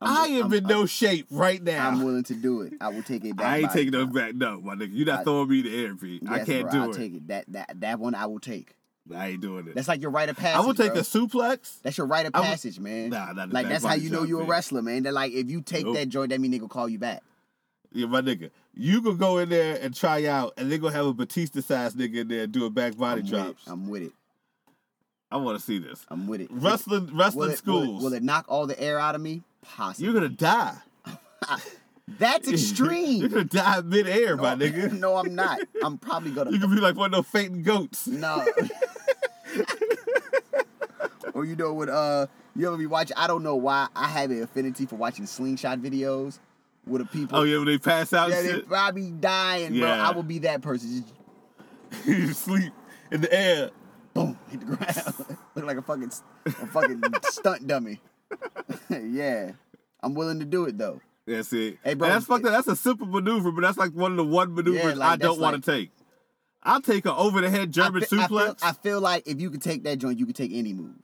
i am in no shape right now.
I'm willing to do it. I will take it. Back
(laughs) I ain't
body
taking no
drop.
back. No, my nigga, you're not
I-
throwing me in the air, Pete. I
Yes,
can't
bro,
do
I'll
it.
take it. That that that one I will take.
I ain't doing it.
That's like your rite of passage.
I will take
bro.
a suplex.
That's your rite of
I would-
passage, man.
Nah, not a
like
back
that's how
body
you know
drop,
you're a
man.
wrestler, man. They're like, if you take
Nope.
that joint, that mean nigga call you back.
Yeah, my nigga, you could go in there and try out, and they gonna have a Batista sized nigga in there and do a back body
I'm with, it.
drops.
I'm with it.
I want to see this
I'm with it.
wrestling
will
wrestling
it, will, it,
schools.
will it knock all the air out of me? Possibly.
You're gonna die. (laughs)
That's
You're
extreme.
gonna die midair, my nigga.
(laughs) no, I'm not. I'm probably
You
gonna
could be like one of those fainting goats.
no. (laughs) or you know what? Uh, you ever be watching? I don't know why I have an affinity for watching slingshot videos with the people.
Oh yeah, when they pass out,
Yeah,
and
they
shit.
probably dying, bro.
Yeah.
I will be that person. Just
(laughs) you sleep in the air.
boom, hit the ground. (laughs) Look like a fucking a
(laughs)
fucking stunt dummy. (laughs) yeah. I'm willing to do it though.
That's it.
Hey, bro.
And that's fucked up. That's a simple maneuver, but that's like one of the one maneuvers
like,
I don't
that's
want
like-
to take. I'll take an over the head German
I fe- I feel,
suplex.
I feel like if you could take that joint, you could take any move.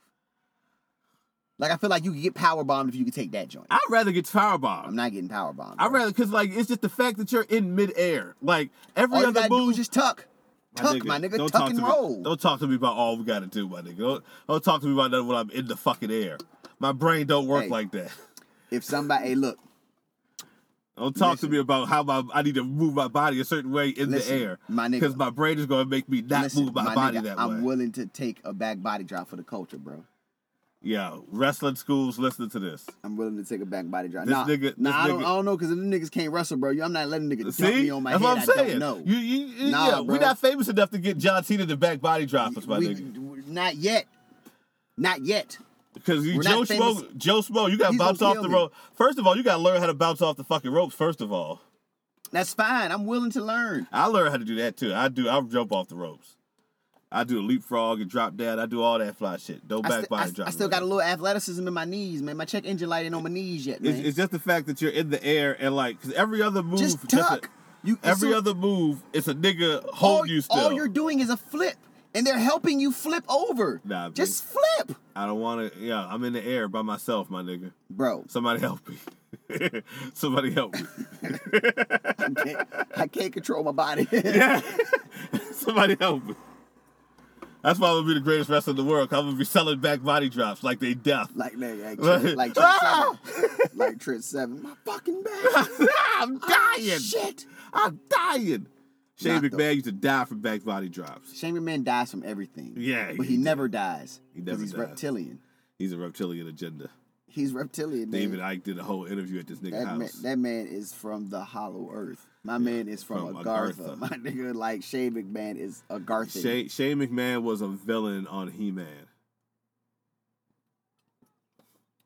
Like I feel like you could get power bombed if you could take that joint.
I'd rather get firebombed.
I'm not getting power bombed.
I'd rather because like it's just the fact that you're in midair. Like every
All you
other
gotta do
move,
is just tuck, tuck, my nigga, tuck and
to
roll.
Me, don't talk to me about all we gotta do, my nigga. Don't, don't talk to me about that when I'm in the fucking air. My brain don't work
Hey.
like that.
If somebody, hey, look,
Don't talk to me about how my I need to move my body a certain way in
Listen,
the air,
my nigga.
because my brain is gonna make me not
listen,
move my,
my
body
nigga,
that
I'm
way.
willing to take a back body drop for the culture, bro.
Yeah, wrestling schools, listen to this.
I'm willing to take a back body drop.
This
Nah,
nigga-
nah,
this
I don't,
nigga-
I don't know because them niggas can't wrestle, bro. You, I'm not letting niggas dump
See,
me on my
that's
head.
what I'm saying.
I don't know.
You, you, you-
Nah,
yeah,
bro.
we're not famous enough to get John Cena to back body drop us, my
We-
nigga.
we- not yet, not yet.
Because you,
We're not
Joe
famous.
Smo, Joe Smo, you got to
He's
bounce
gonna
off
kill
the
me.
rope. First of all, you got to learn how to bounce off the fucking ropes. First of all,
That's fine. I'm willing to learn.
I learned how to do that too. I do. I jump off the ropes. I do a leapfrog and drop down. I do all that fly shit. Don't
I,
back
st-
body
I,
drop.
I still got a little athleticism in my knees, man. My check engine light ain't on my knees yet, man.
It's, it's just the fact that you're in the air and like because every other move,
just
that's a-
tuck. You as
every
soon-
other move, it's a nigga
all,
holding you still.
all you're doing is a flip, and they're helping you flip over.
Nah,
just flip,
I don't want to. Yeah, I'm in the air by myself, my nigga.
bro.
Somebody help me. (laughs) Somebody help me. (laughs)
I can't, I can't control my
(laughs)
body.
Somebody help me. That's why I'm gonna be the greatest wrestler in the world. i I'm gonna be selling back body drops like they death.
(laughs)
(laughs)
like nigga, like, Trent- like Trent
Ah!
Seven, like Trent Seven. My fucking back.
(laughs) I'm
Ah,
dying.
Shit.
I'm dying. Shane
Not the-
McMahon used to die from back body drops.
Shane Man dies from everything.
Yeah,
but
he
he, never dies
He
because
never
he's
dies.
reptilian.
He's a reptilian agenda.
He's reptilian. Man.
David Icke did a whole interview at this nigga
That man,
house.
that man is from the hollow earth. My man is from,
from
Agartha. (laughs)
Agartha.
My nigga, like Shane McMahon is Agartha.
Shane, Shane McMahon was a villain on He Man.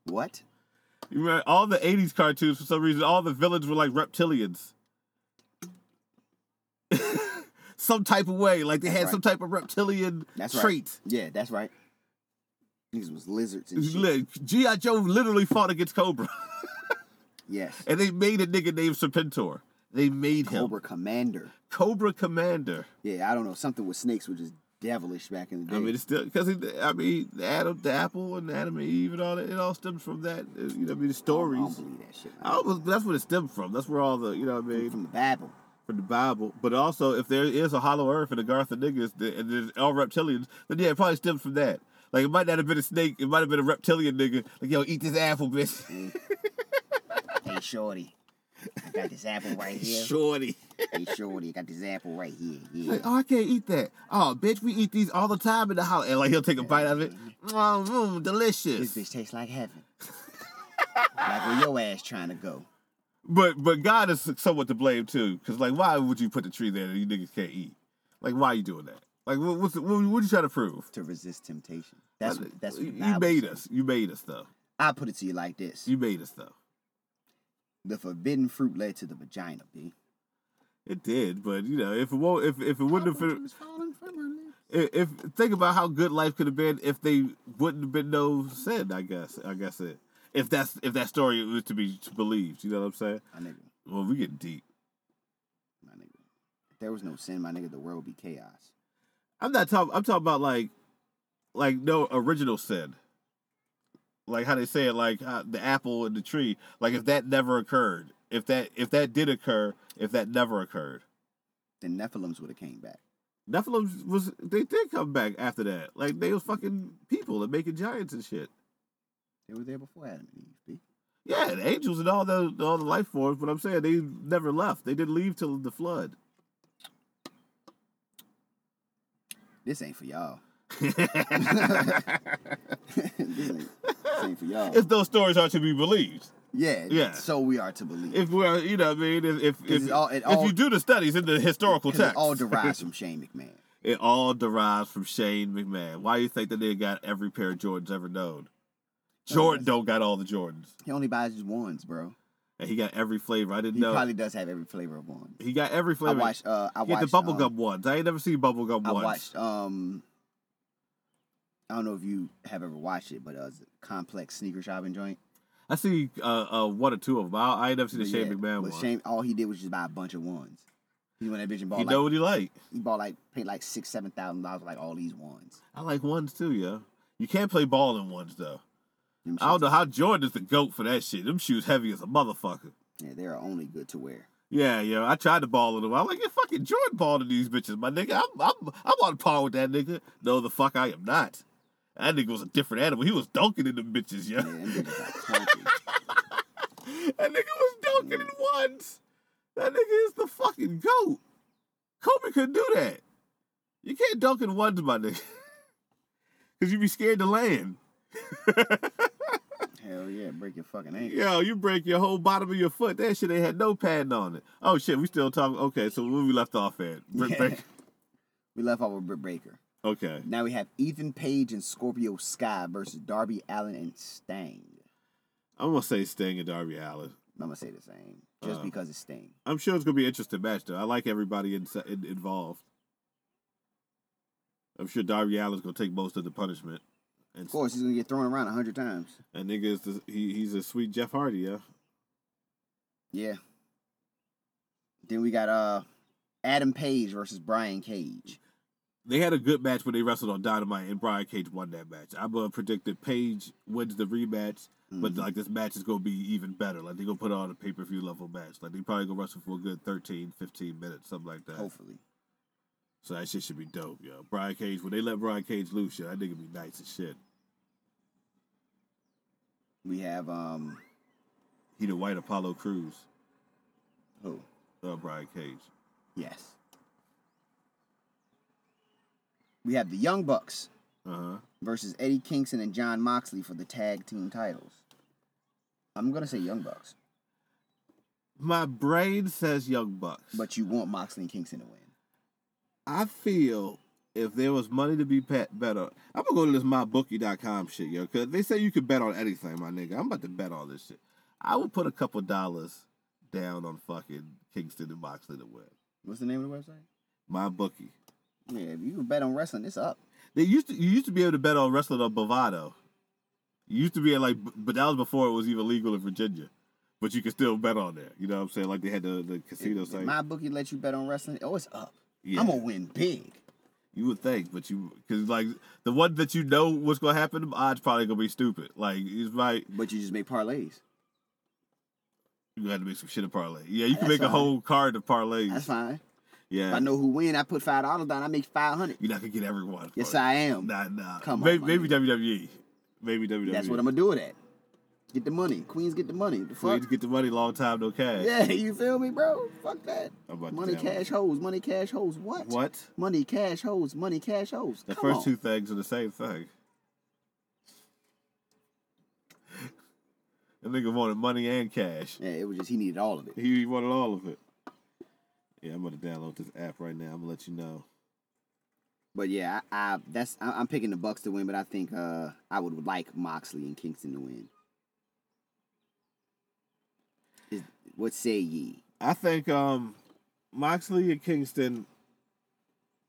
What?
You remember all the '80s cartoons? For some reason, all the villains were like reptilians. (laughs) some type of way, like they had
right.
some type of reptilian
That's right.
trait.
Yeah, that's right. Niggas was lizards and shit.
Look, G.I. Joe literally fought against Cobra. (laughs)
Yes.
And they made a nigga named Serpentor. They made him
Cobra Commander.
Cobra Commander.
Yeah, I don't know. Something with snakes which is devilish back in the day.
I mean, it's still because I mean, the Adam, the apple, and Adam and Eve, and all that. It all stems from that. uh, You know, I mean, the
I don't
stories.
believe that shit. man.
I almost, that's what it stemmed from. That's where all the you know what I mean
From the Bible.
from the Bible. But also, if there is a hollow earth and the Garth of niggas the- and there's all reptilians, then yeah, it probably stems from that. Like it might not have been a snake. It might have been a reptilian nigga. Like yo, eat this apple, bitch,
Hey, shorty. I got this apple
(laughs)
right here.
shorty.
Hey, shorty. I got this apple right here. Yeah.
Like, oh, I can't eat that. Oh, bitch, we eat these all the time in the house. And like he'll take a bite out of it. Mm, mm,
This
delicious.
bitch tastes like
(laughs)
heaven. like where your ass trying to go.
But but God is somewhat to blame too, because like why would you put the tree there that you niggas can't eat? Like why are you doing that? Like what what's, what, what you trying to prove?
to resist temptation. That's what, that's what
you
the Bible
made
says.
us. You made us though.
I put it to you like this:
You made us though.
the forbidden fruit led to the vagina. B.
It did, but you know if it won't if if it wouldn't have been,
It's falling from her lips.
if, if think about how good life could have been if they wouldn't have been no sin. I guess I guess it. If that's if that story was to be believed, you know what I'm saying?
My nigga,
Well, we get deep.
my nigga. If there was no sin, my nigga, the world would be chaos.
I'm not talking. I'm talking about like, like no original sin. Like how they say it, like uh, the apple and the tree. Like if that never occurred, if that if that did occur, if that never occurred,
The Nephilims would have came back.
Nephilim was they did come back after that. Like they was fucking people and making giants and shit.
They were there before Adam and Eve. B.
Yeah, the angels and all the all the life forms. But I'm saying they never left. They didn't leave till the flood.
This ain't for
(laughs)
y'all.
if
this, ain't, this ain't for y'all.
those stories are to be believed,
Yeah.
Yeah.
So we are to believe.
If well, you know, what I mean, if if if,
it's all- it all-
if you do the studies in the historical
'Cause it
text,
all
(laughs)
derives from Shane McMahon.
It all derives from Shane McMahon. Why you think that nigga got every pair of Jordans ever known?
Uh,
Jordan don't got all the Jordans,
He only buys his ones, bro.
and he got every flavor. I didn't
He
know
probably does have every flavor of one.
he got every
I
flavor.
watched. Uh, I
he had
watched
the bubblegum
um,
ones. I ain't never seen bubblegum
I
ones.
watched. Um, I don't know if you have ever watched it, but uh, it's a complex sneaker shopping joint.
I see uh, uh, one or two of them. I, I ain't never seen the
But
Shane
yeah,
McMahon
but
one.
Shane, all he did was just buy a bunch of ones. He went that bitch and bought
he
like
know what he like.
he bought like paid like six seven thousand dollars for like all these ones.
I like ones too, yeah. You can't play ball in ones though.
Them
I don't
shits-
know how Jordan is the goat for that shit. Them shoes heavy as a motherfucker.
Yeah, they are only good to wear.
Yeah, yo, I tried to ball in them. I'm like, yeah, fucking Jordan balled in these bitches, my nigga. I'm, I'm, I'm on par with that nigga. No, the fuck, I am not. That nigga was a different animal. He was dunking in them bitches, yo.
Yeah, them bitches got clunky. (laughs)
(laughs) That nigga was dunking in ones. That nigga is the fucking goat. Kobe couldn't do that. You can't dunk in ones, my nigga. (laughs) Cause you be scared to land.
Hell yeah, break your fucking ankle.
Yo, you break your whole bottom of your foot. That shit ain't had no padding on it. Oh shit, we still talking. Okay, so where we left off at? Brick break.
We left off with Britt Baker.
Okay.
Now we have Ethan Page and Scorpio Sky versus Darby Allen and Sting.
I'm gonna say Sting and Darby Allen.
I'm gonna say the same, just
Uh.
because it's Sting.
I'm sure it's gonna be an interesting match though. I like everybody in, in, involved. I'm sure Darby Allen's gonna take most of the punishment. And
Of course, he's gonna get thrown around a hundred times.
and nigga is the, he he's a sweet Jeff Hardy, yeah.
Yeah. Then we got uh Adam Page versus Brian Cage.
They had a good match when they wrestled on Dynamite, and Brian Cage won that match. I'm gonna predict that Page wins the rematch, but like this match is gonna be even better. Like they gonna put on a pay per view level match. Like they probably gonna wrestle for a good 13, 15 minutes, something like that.
Hopefully.
So that shit should be dope, yo. Brian Cage, when they let Brian Cage loose, yo, that nigga be nice as shit.
We have um
He the white Apollo Cruz,
who?
uh, Brian Cage.
Yes. We have the Young Bucks
Uh huh.
versus Eddie Kingston and John Moxley for the tag team titles. I'm gonna say Young Bucks,
My brain says Young Bucks,
but you want Moxley and Kingston to win.
I feel if there was money to be bet better, I'm gonna go to this mybookie.com shit, yo, because they say you can bet on anything, my nigga. I'm about to bet on this shit. I would put a couple dollars down on fucking Kingston and Moxley to win.
What's the name of the website?
My bookie.
Yeah, if you can bet on wrestling, it's up.
They used to you used to be able to bet on wrestling on Bovado. You used to be at like, but that was before it was even legal in Virginia. But you could still bet on there. You know what I'm saying? Like they had the, the casino
If
site.
my bookie let you bet on wrestling. Oh, it's up.
Yeah.
I'm gonna win big.
You would think, but you because like the one that you know what's gonna happen, the odds probably gonna be stupid. Like it's like
But you just make parlays.
you had to make some shit of parlay. Yeah, you can
That's
make a
fine.
whole card of parlays.
That's fine.
Yeah,
If I know who win, I put five dollars down. I make five hundred.
you're not gonna get everyone.
Yes, I am.
Nah, nah.
Come on,
maybe,
my
maybe
nigga.
WWE, maybe E. WWE.
That's what I'm gonna do with that. Get the money. Queens get the money. The fuck?
So you need to get the money long time, no cash.
Yeah, (laughs) you feel me, bro? Fuck that.
I'm about to
Money,
download
cash, hoes. Money, cash, hoes. What?
What?
Money, cash, hoes. Money, cash, hoes.
The
Come
first
on.
two things are the same thing. (laughs) That nigga wanted money and cash.
Yeah, it was just he needed all of it.
He wanted all of it. Yeah, I'm gonna download this app right now. I'm gonna let you know.
But yeah, I, I that's I, I'm picking the Bucks to win, but I think uh I would like Moxley and Kingston to win. Is, what say ye?
I think um, Moxley and Kingston,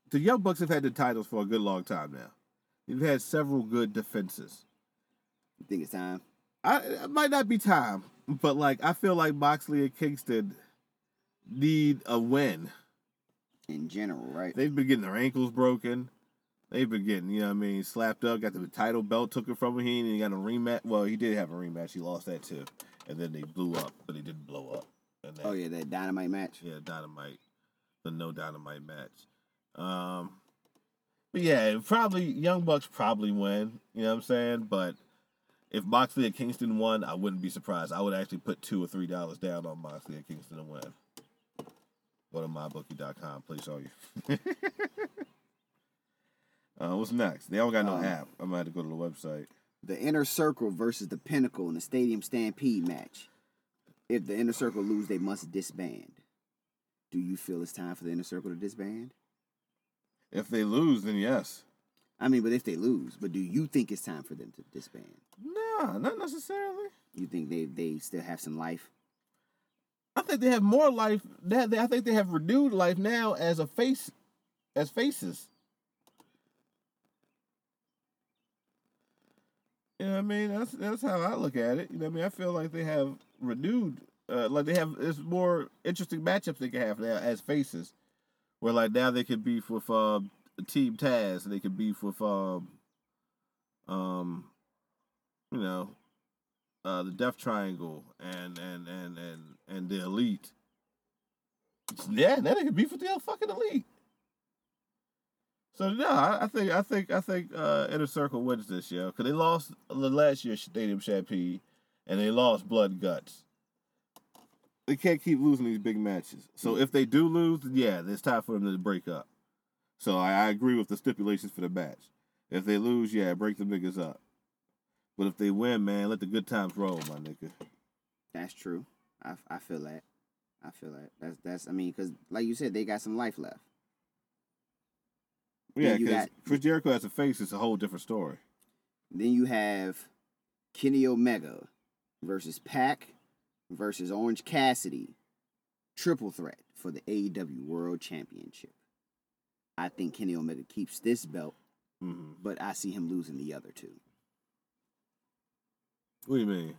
the Young Bucks have had the titles for a good long time now. They've had several good defenses.
You think it's time?
I it might not be time, but like I feel like Moxley and Kingston need a win.
In general, right?
They've been getting their ankles broken. They've been getting, you know what I mean, slapped up, got the title belt taken from him. He ain't even got a rematch. Well, he did have a rematch. He lost that too. And then they blew up, but he didn't blow up. And that,
Oh yeah, that dynamite match.
yeah, dynamite, the no dynamite match. Um, but yeah, probably Young Bucks probably win. You know what I'm saying? But if Moxley and Kingston won, I wouldn't be surprised. I would actually put two or three dollars down on Moxley and Kingston to win. Go to mybookie.com, please. All you. (laughs) uh, what's next? They don't got no
Um,
app. I'm gonna have to go to the website.
The inner circle versus the pinnacle in the stadium stampede match. If the inner circle lose, they must disband. Do you feel it's time for the inner circle to disband?
If they lose, then yes.
I mean, but if they lose, but do you think it's time for them to disband?
Nah, not necessarily.
You think they they still have some life?
I think they have more life. They, have- they- I think they have renewed life now as a face, as faces. You know what I mean? That's that's how I look at it. You know what I mean? I feel like they have renewed, uh, like they have. It's more interesting matchups they can have now as faces, where like now they could beef with um, Team Taz, and they could beef with um, um, you know, uh, the Death Triangle and and and and and the Elite. Yeah, that could be for the fucking Elite. So no, I, I think I think I think uh, Inner Circle wins this year because they lost the last year's Stadium Championship and they lost Blood and Guts. They can't keep losing these big matches. So if they do lose, yeah, it's time for them to break up. So I, I agree with the stipulations for the match. If they lose, yeah, break the niggas up. But if they win, man, let the good times roll, my nigga.
That's true. I, I feel that. I feel that. That's that's. I mean, because like you said, they got some life left.
Yeah,
Yeah, you
because
got-
Chris Jericho as a face is a whole different story.
Then you have Kenny Omega versus Pac versus Orange Cassidy. Triple threat for the AEW World Championship. I think Kenny Omega keeps this belt,
hmm
but I see him losing the other two.
What do you mean?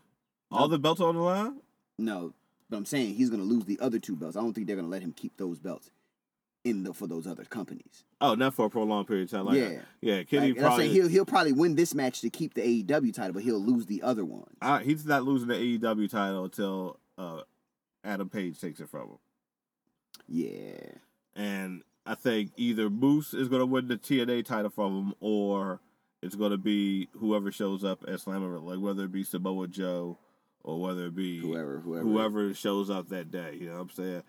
All the belts on the line?
No, but I'm saying he's gonna lose the other two belts. I don't think they're gonna let him keep those belts in the for those other companies.
Oh, not for a prolonged period of time. Like, yeah,
Yeah.
yeah.
Like,
Kenny
and I'm
probably.
saying he'll he'll probably win this match to keep the AEW title, but he'll lose the other one.
I- he's not losing the AEW title until uh, Adam Page takes it from him.
Yeah,
And I think either Moose is going to win the TNA title from him, or it's going to be whoever shows up at Slammer, like whether it be Samoa Joe or whether it be
whoever, whoever,
whoever shows up that day, you know what I'm saying,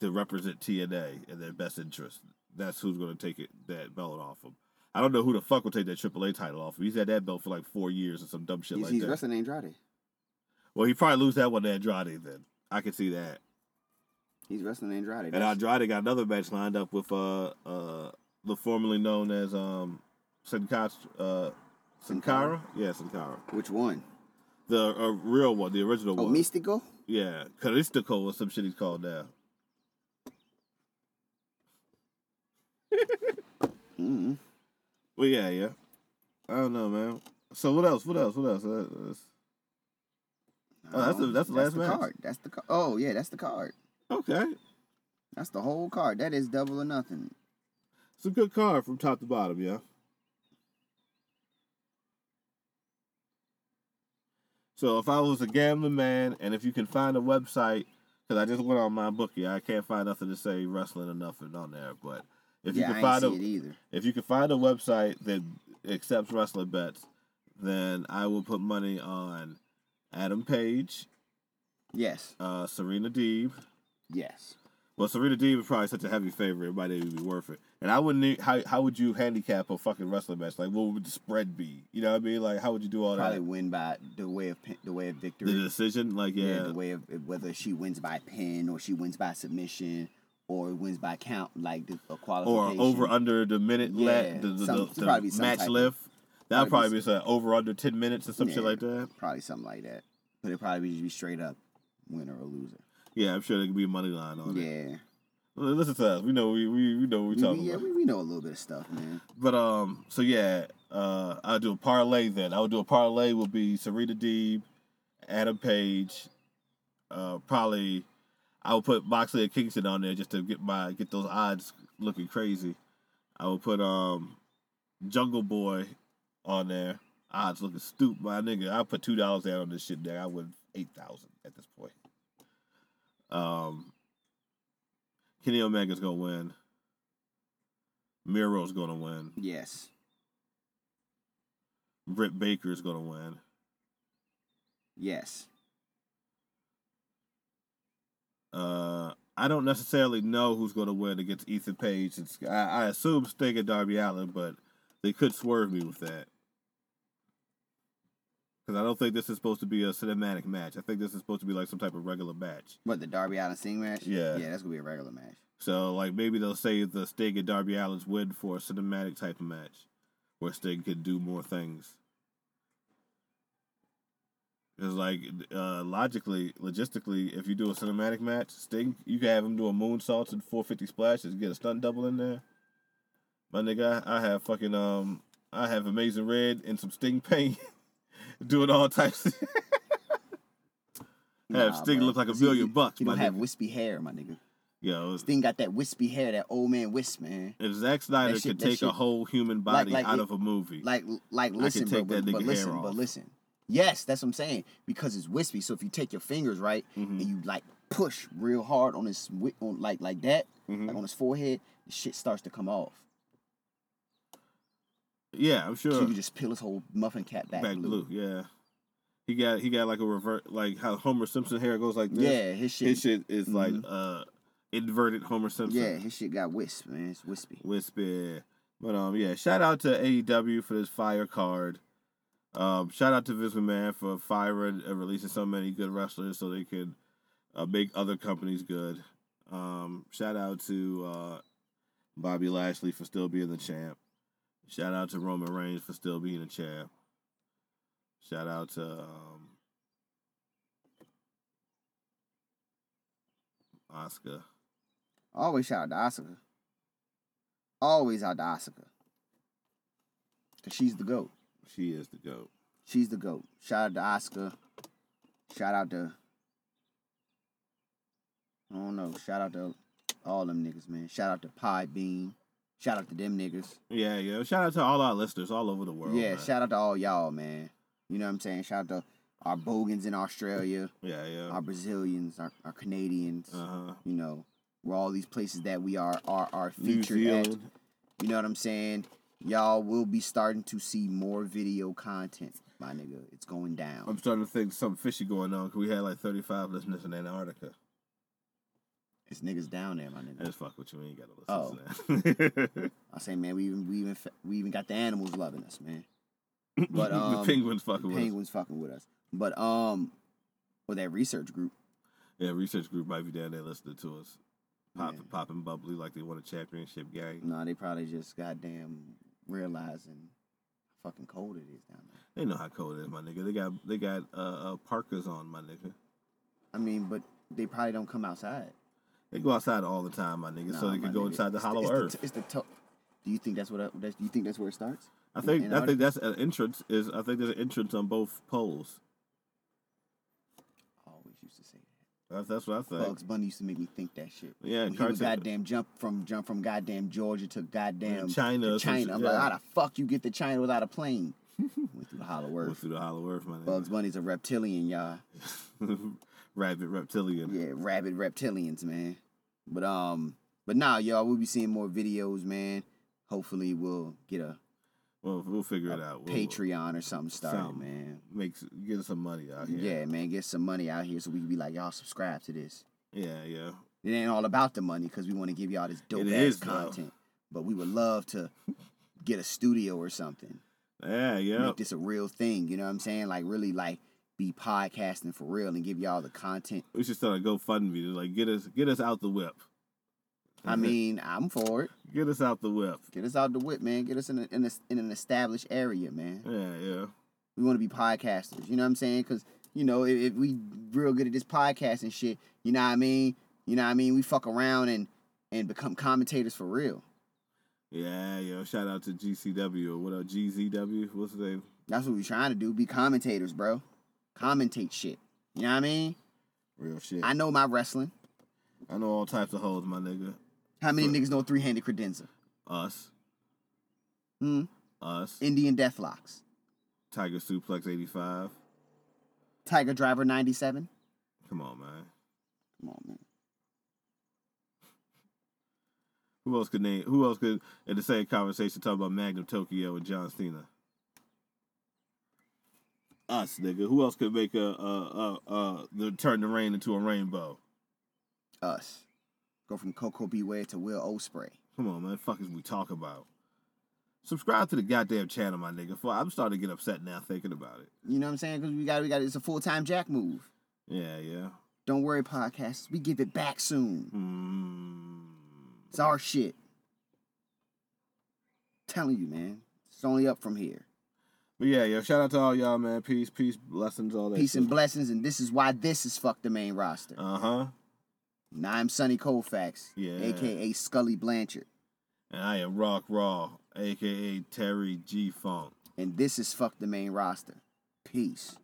to represent TNA in their best interest. That's who's going to take it that belt off him. I don't know who the fuck will take that AAA title off him. He's had that belt for like four years or some dumb shit
He's,
like
he's
that.
wrestling Andrade.
Well, he probably lose that one to Andrade then. I can see that.
He's wrestling Andrade.
And
That's-
Andrade got another match lined up with uh uh the formerly known as um Sin Cara, uh, Sin
Sin Cara?
Cara? yeah Sin Cara,
Which one?
the uh, real one, the original
Oh,
one.
Mystico.
Yeah, Caristico or some shit he's called now.
Mm-hmm.
Well, yeah, yeah. I don't know, man. So what else? What else? What else? That- that's- Oh, that's the- that's the last match.
card. That's the card. Oh yeah, that's the card.
okay,
That's the whole card. That is double or nothing.
it's a good card from top to bottom, yeah. So if I was a gambling man, and if you can find a website, because I just went on my bookie, I can't find nothing to say wrestling or nothing on there. But if
yeah,
you
I
can
ain't
find
see
a
it e- either.
if you can find a website that accepts wrestling bets, then I will put money on Adam Page,
Yes,
uh, Serena Deeb,
yes.
Well, Serena Deeb is probably such a heavy favorite; it might not even be worth it. And I wouldn't. e- How how would you handicap a fucking wrestling match? Like, what would the spread be? You know what I mean? Like, how would you do all
Probably
that?
win by the way of pin- the way of victory.
The decision, like,
yeah.
yeah,
the way of whether she wins by pin or she wins by submission or wins by count, like the, a
or
qualification.
over under the minute, la-
Yeah,
the, the,
some-
the- the
probably some
match
type of-
left. That would
probably
probably be so over under ten minutes or some shit
Yeah.
like that.
probably something like that. But it probably just be straight up winner or loser.
Yeah, I'm sure there could be a money line on it.
Yeah,
L- Listen to us; we know we we, we know what
we,
we're talking
yeah,
about.
we, we know a little bit of stuff, man.
But um, so yeah, uh, I'll do a parlay then. I would do a parlay would be Serena Deeb, Adam Page, uh, probably I would put Moxley and Kingston on there just to get my get those odds looking crazy. I would put um, Jungle Boy on there. Odds looking stupid, my nigga. I put two dollars down on this shit. There, I would eight thousand at this point. Um, Kenny Omega's gonna win. Miro's gonna win.
Yes,
Britt Baker is gonna win.
yes.
Uh, I don't necessarily know who's gonna win against Ethan Page. It's, I, I assume Sting and Darby Allen, but they could swerve me with that. Because I don't think this is supposed to be a cinematic match. I think this is supposed to be like some type of regular match.
What the Darby Allen Sting match?
Yeah.
yeah, that's gonna be a regular match.
So like maybe they'll save the Sting and Darby Allen's win for a cinematic type of match, where Sting can do more things. Because like uh, logically, logistically, if you do a cinematic match, Sting you can have him do a moonsault and four fifty splashes, get a stunt double in there. My nigga, I, I have fucking um, I have Amazing Red and some Sting paint, (laughs) doing all types. of... (laughs) have
Nah,
Sting
bruh.
look like a
See,
million bucks,
He
my
don't have
nigga.
wispy hair, my nigga.
Yo,
Sting got that wispy hair, that old man wisp, man.
If Zack Snyder
That shit-
could
that
take a
shit-
whole human body
like
out
it-
of a movie,
Like, like, listen,
take
but, but,
that
but
nigga
listen,
hair off.
but listen. Yes, that's what I'm saying because it's wispy. So if you take your fingers right
Mm-hmm.
and you like push real hard on his wi- on like like that,
Mm-hmm.
like on his forehead, the shit starts to come off.
yeah, I'm
So
sure
you can just peel his whole muffin cap back,
back
blue.
blue. yeah. He got he got like a revert, like how Homer Simpson hair goes like this.
Yeah, his shit. Mm-hmm.
his shit is like uh inverted Homer Simpson.
yeah, his shit got wisp, man. It's wispy.
Wispy. But um, yeah, shout out to AEW for this fire card. Um, shout out to Vince McMahon for firing and releasing so many good wrestlers so they could uh, make other companies good. Um, shout out to uh, Bobby Lashley for still being the champ. Shout out to Roman Reigns for still being a champ. Shout out to um, Oscar.
Always shout out to Asuka. Always out to Asuka. Cause she's the goat.
She is the goat.
She's the GOAT. Shout out to Oscar. Shout out to I don't know. Shout out to all them niggas, man. Shout out to Pie Bean. Shout out to them niggas.
Yeah, yeah. Shout out to all our listeners all over the world.
yeah,
man.
shout out to all y'all, man. You know what I'm saying? Shout out to our Bogans in Australia,
yeah, yeah.
our Brazilians, our, our Canadians,
Uh huh.
you know, where all these places that we are are, are
New
featured at.
Zealand.
You know what I'm saying? Y'all will be starting to see more video content, my nigga. It's going down.
I'm starting to think something fishy going on because we had like 35 listeners in Antarctica.
It's niggas down there, my
I
nigga.
just fuck with you. We ain't
Oh.
got to listen to that. (laughs)
I say, man, we even we even fa- we even got the animals loving us, man. But
the
um,
penguins fucking with us.
penguins fucking with us. But um, with that research group,
Yeah, research group might be down there listening to us. Pop,
Yeah.
Popping bubbly like they won a championship game.
nah, they probably just goddamn realizing how fucking cold it is down there.
They know how cold it is, my nigga. They got they got uh, uh, parkas on, my nigga.
I mean, but they probably don't come outside.
They go outside all the time, my nigga, so
Nah,
they
my
can go
nigga.
inside the
It's
hollow
it's
earth.
The, it's the to- Do you think that's what? I, that's, do you think that's where it starts?
I
In
think I
Antarctica?
think that's an entrance. Is I think there's an entrance on both poles.
I always used to say that.
That's, that's what I think.
Bugs Bunny used to make me think that shit.
Yeah,
when he
cartoon-
would goddamn jump from jump from goddamn Georgia to goddamn
Yeah, China
to
or some
China.
shit,
I'm
yeah.
like, how the fuck you get to China without a
(laughs)
plane? Went through the hollow
Go
earth.
through the hollow earth, my nigga.
Bugs Bunny's a reptilian, y'all.
(laughs) Rabbit reptilian.
Yeah, rabid reptilians, man. But um, but nah, y'all, we'll be seeing more videos, man. Hopefully, we'll get a
Well, we'll figure it out. We'll
Patreon or something started,
Something.
man.
Make s- get us some money out here.
Yeah, man, get some money out here so we can be like, y'all subscribe to this.
yeah, yeah.
It ain't all about the money because we want to give y'all this dope ass
is, though.
content. But we would love to get a studio or something.
Yeah, yeah.
Make this a real thing. You know what I'm saying? Like really like be podcasting for real and give y'all the content.
We should start a GoFundMe to like get us get us out the whip.
I mean, I'm for it.
(laughs) Get us out the whip.
Get us out the whip, man. Get us in, a, in, a, in an established area, man.
Yeah, yeah.
We want to be podcasters. You know what I'm saying? Because, you know, if, if we real good at this podcasting shit, you know what I mean? You know what I mean? We fuck around and, and become commentators for real.
Yeah, yeah. Shout out to GCW or what up, GZW? What's the name?
That's what we trying to do. Be commentators, bro. Commentate shit. You know what I mean?
Real shit.
I
I,
know my wrestling.
know all types of hoes, my nigga.
How many niggas know three handed credenza?
Us.
Hmm?
Us.
Indian Deathlocks.
Tiger Suplex 85.
Tiger Driver 97.
Come on, man.
Come on, man.
Who else could name? Who else could in the same conversation talk about Magnum Tokyo and John Cena? Us, nigga. Who else could make a uh uh uh the turn the rain into a rainbow?
Us. Go from Coco Beware to Will Osprey.
Come on, man. Fuck is we talk about? Subscribe to the goddamn channel, my nigga. For I'm starting to get upset now thinking about it.
You know what I'm saying? Because we got we got it's a full time Jack move.
Yeah, yeah.
Don't worry, podcast. We give it back soon.
Mm.
It's our shit. Telling you, man. It's only up from here.
But yeah, yo, shout out to all y'all, man. Peace, peace, blessings, all that.
Peace and blessings, and this is why this is fuck the main roster.
Uh huh.
And I'm Sonny Colfax,
Yeah.
aka Scully Blanchard,
And I am Rock Raw, aka Terry G Funk.
and this is fuck the main roster. Peace.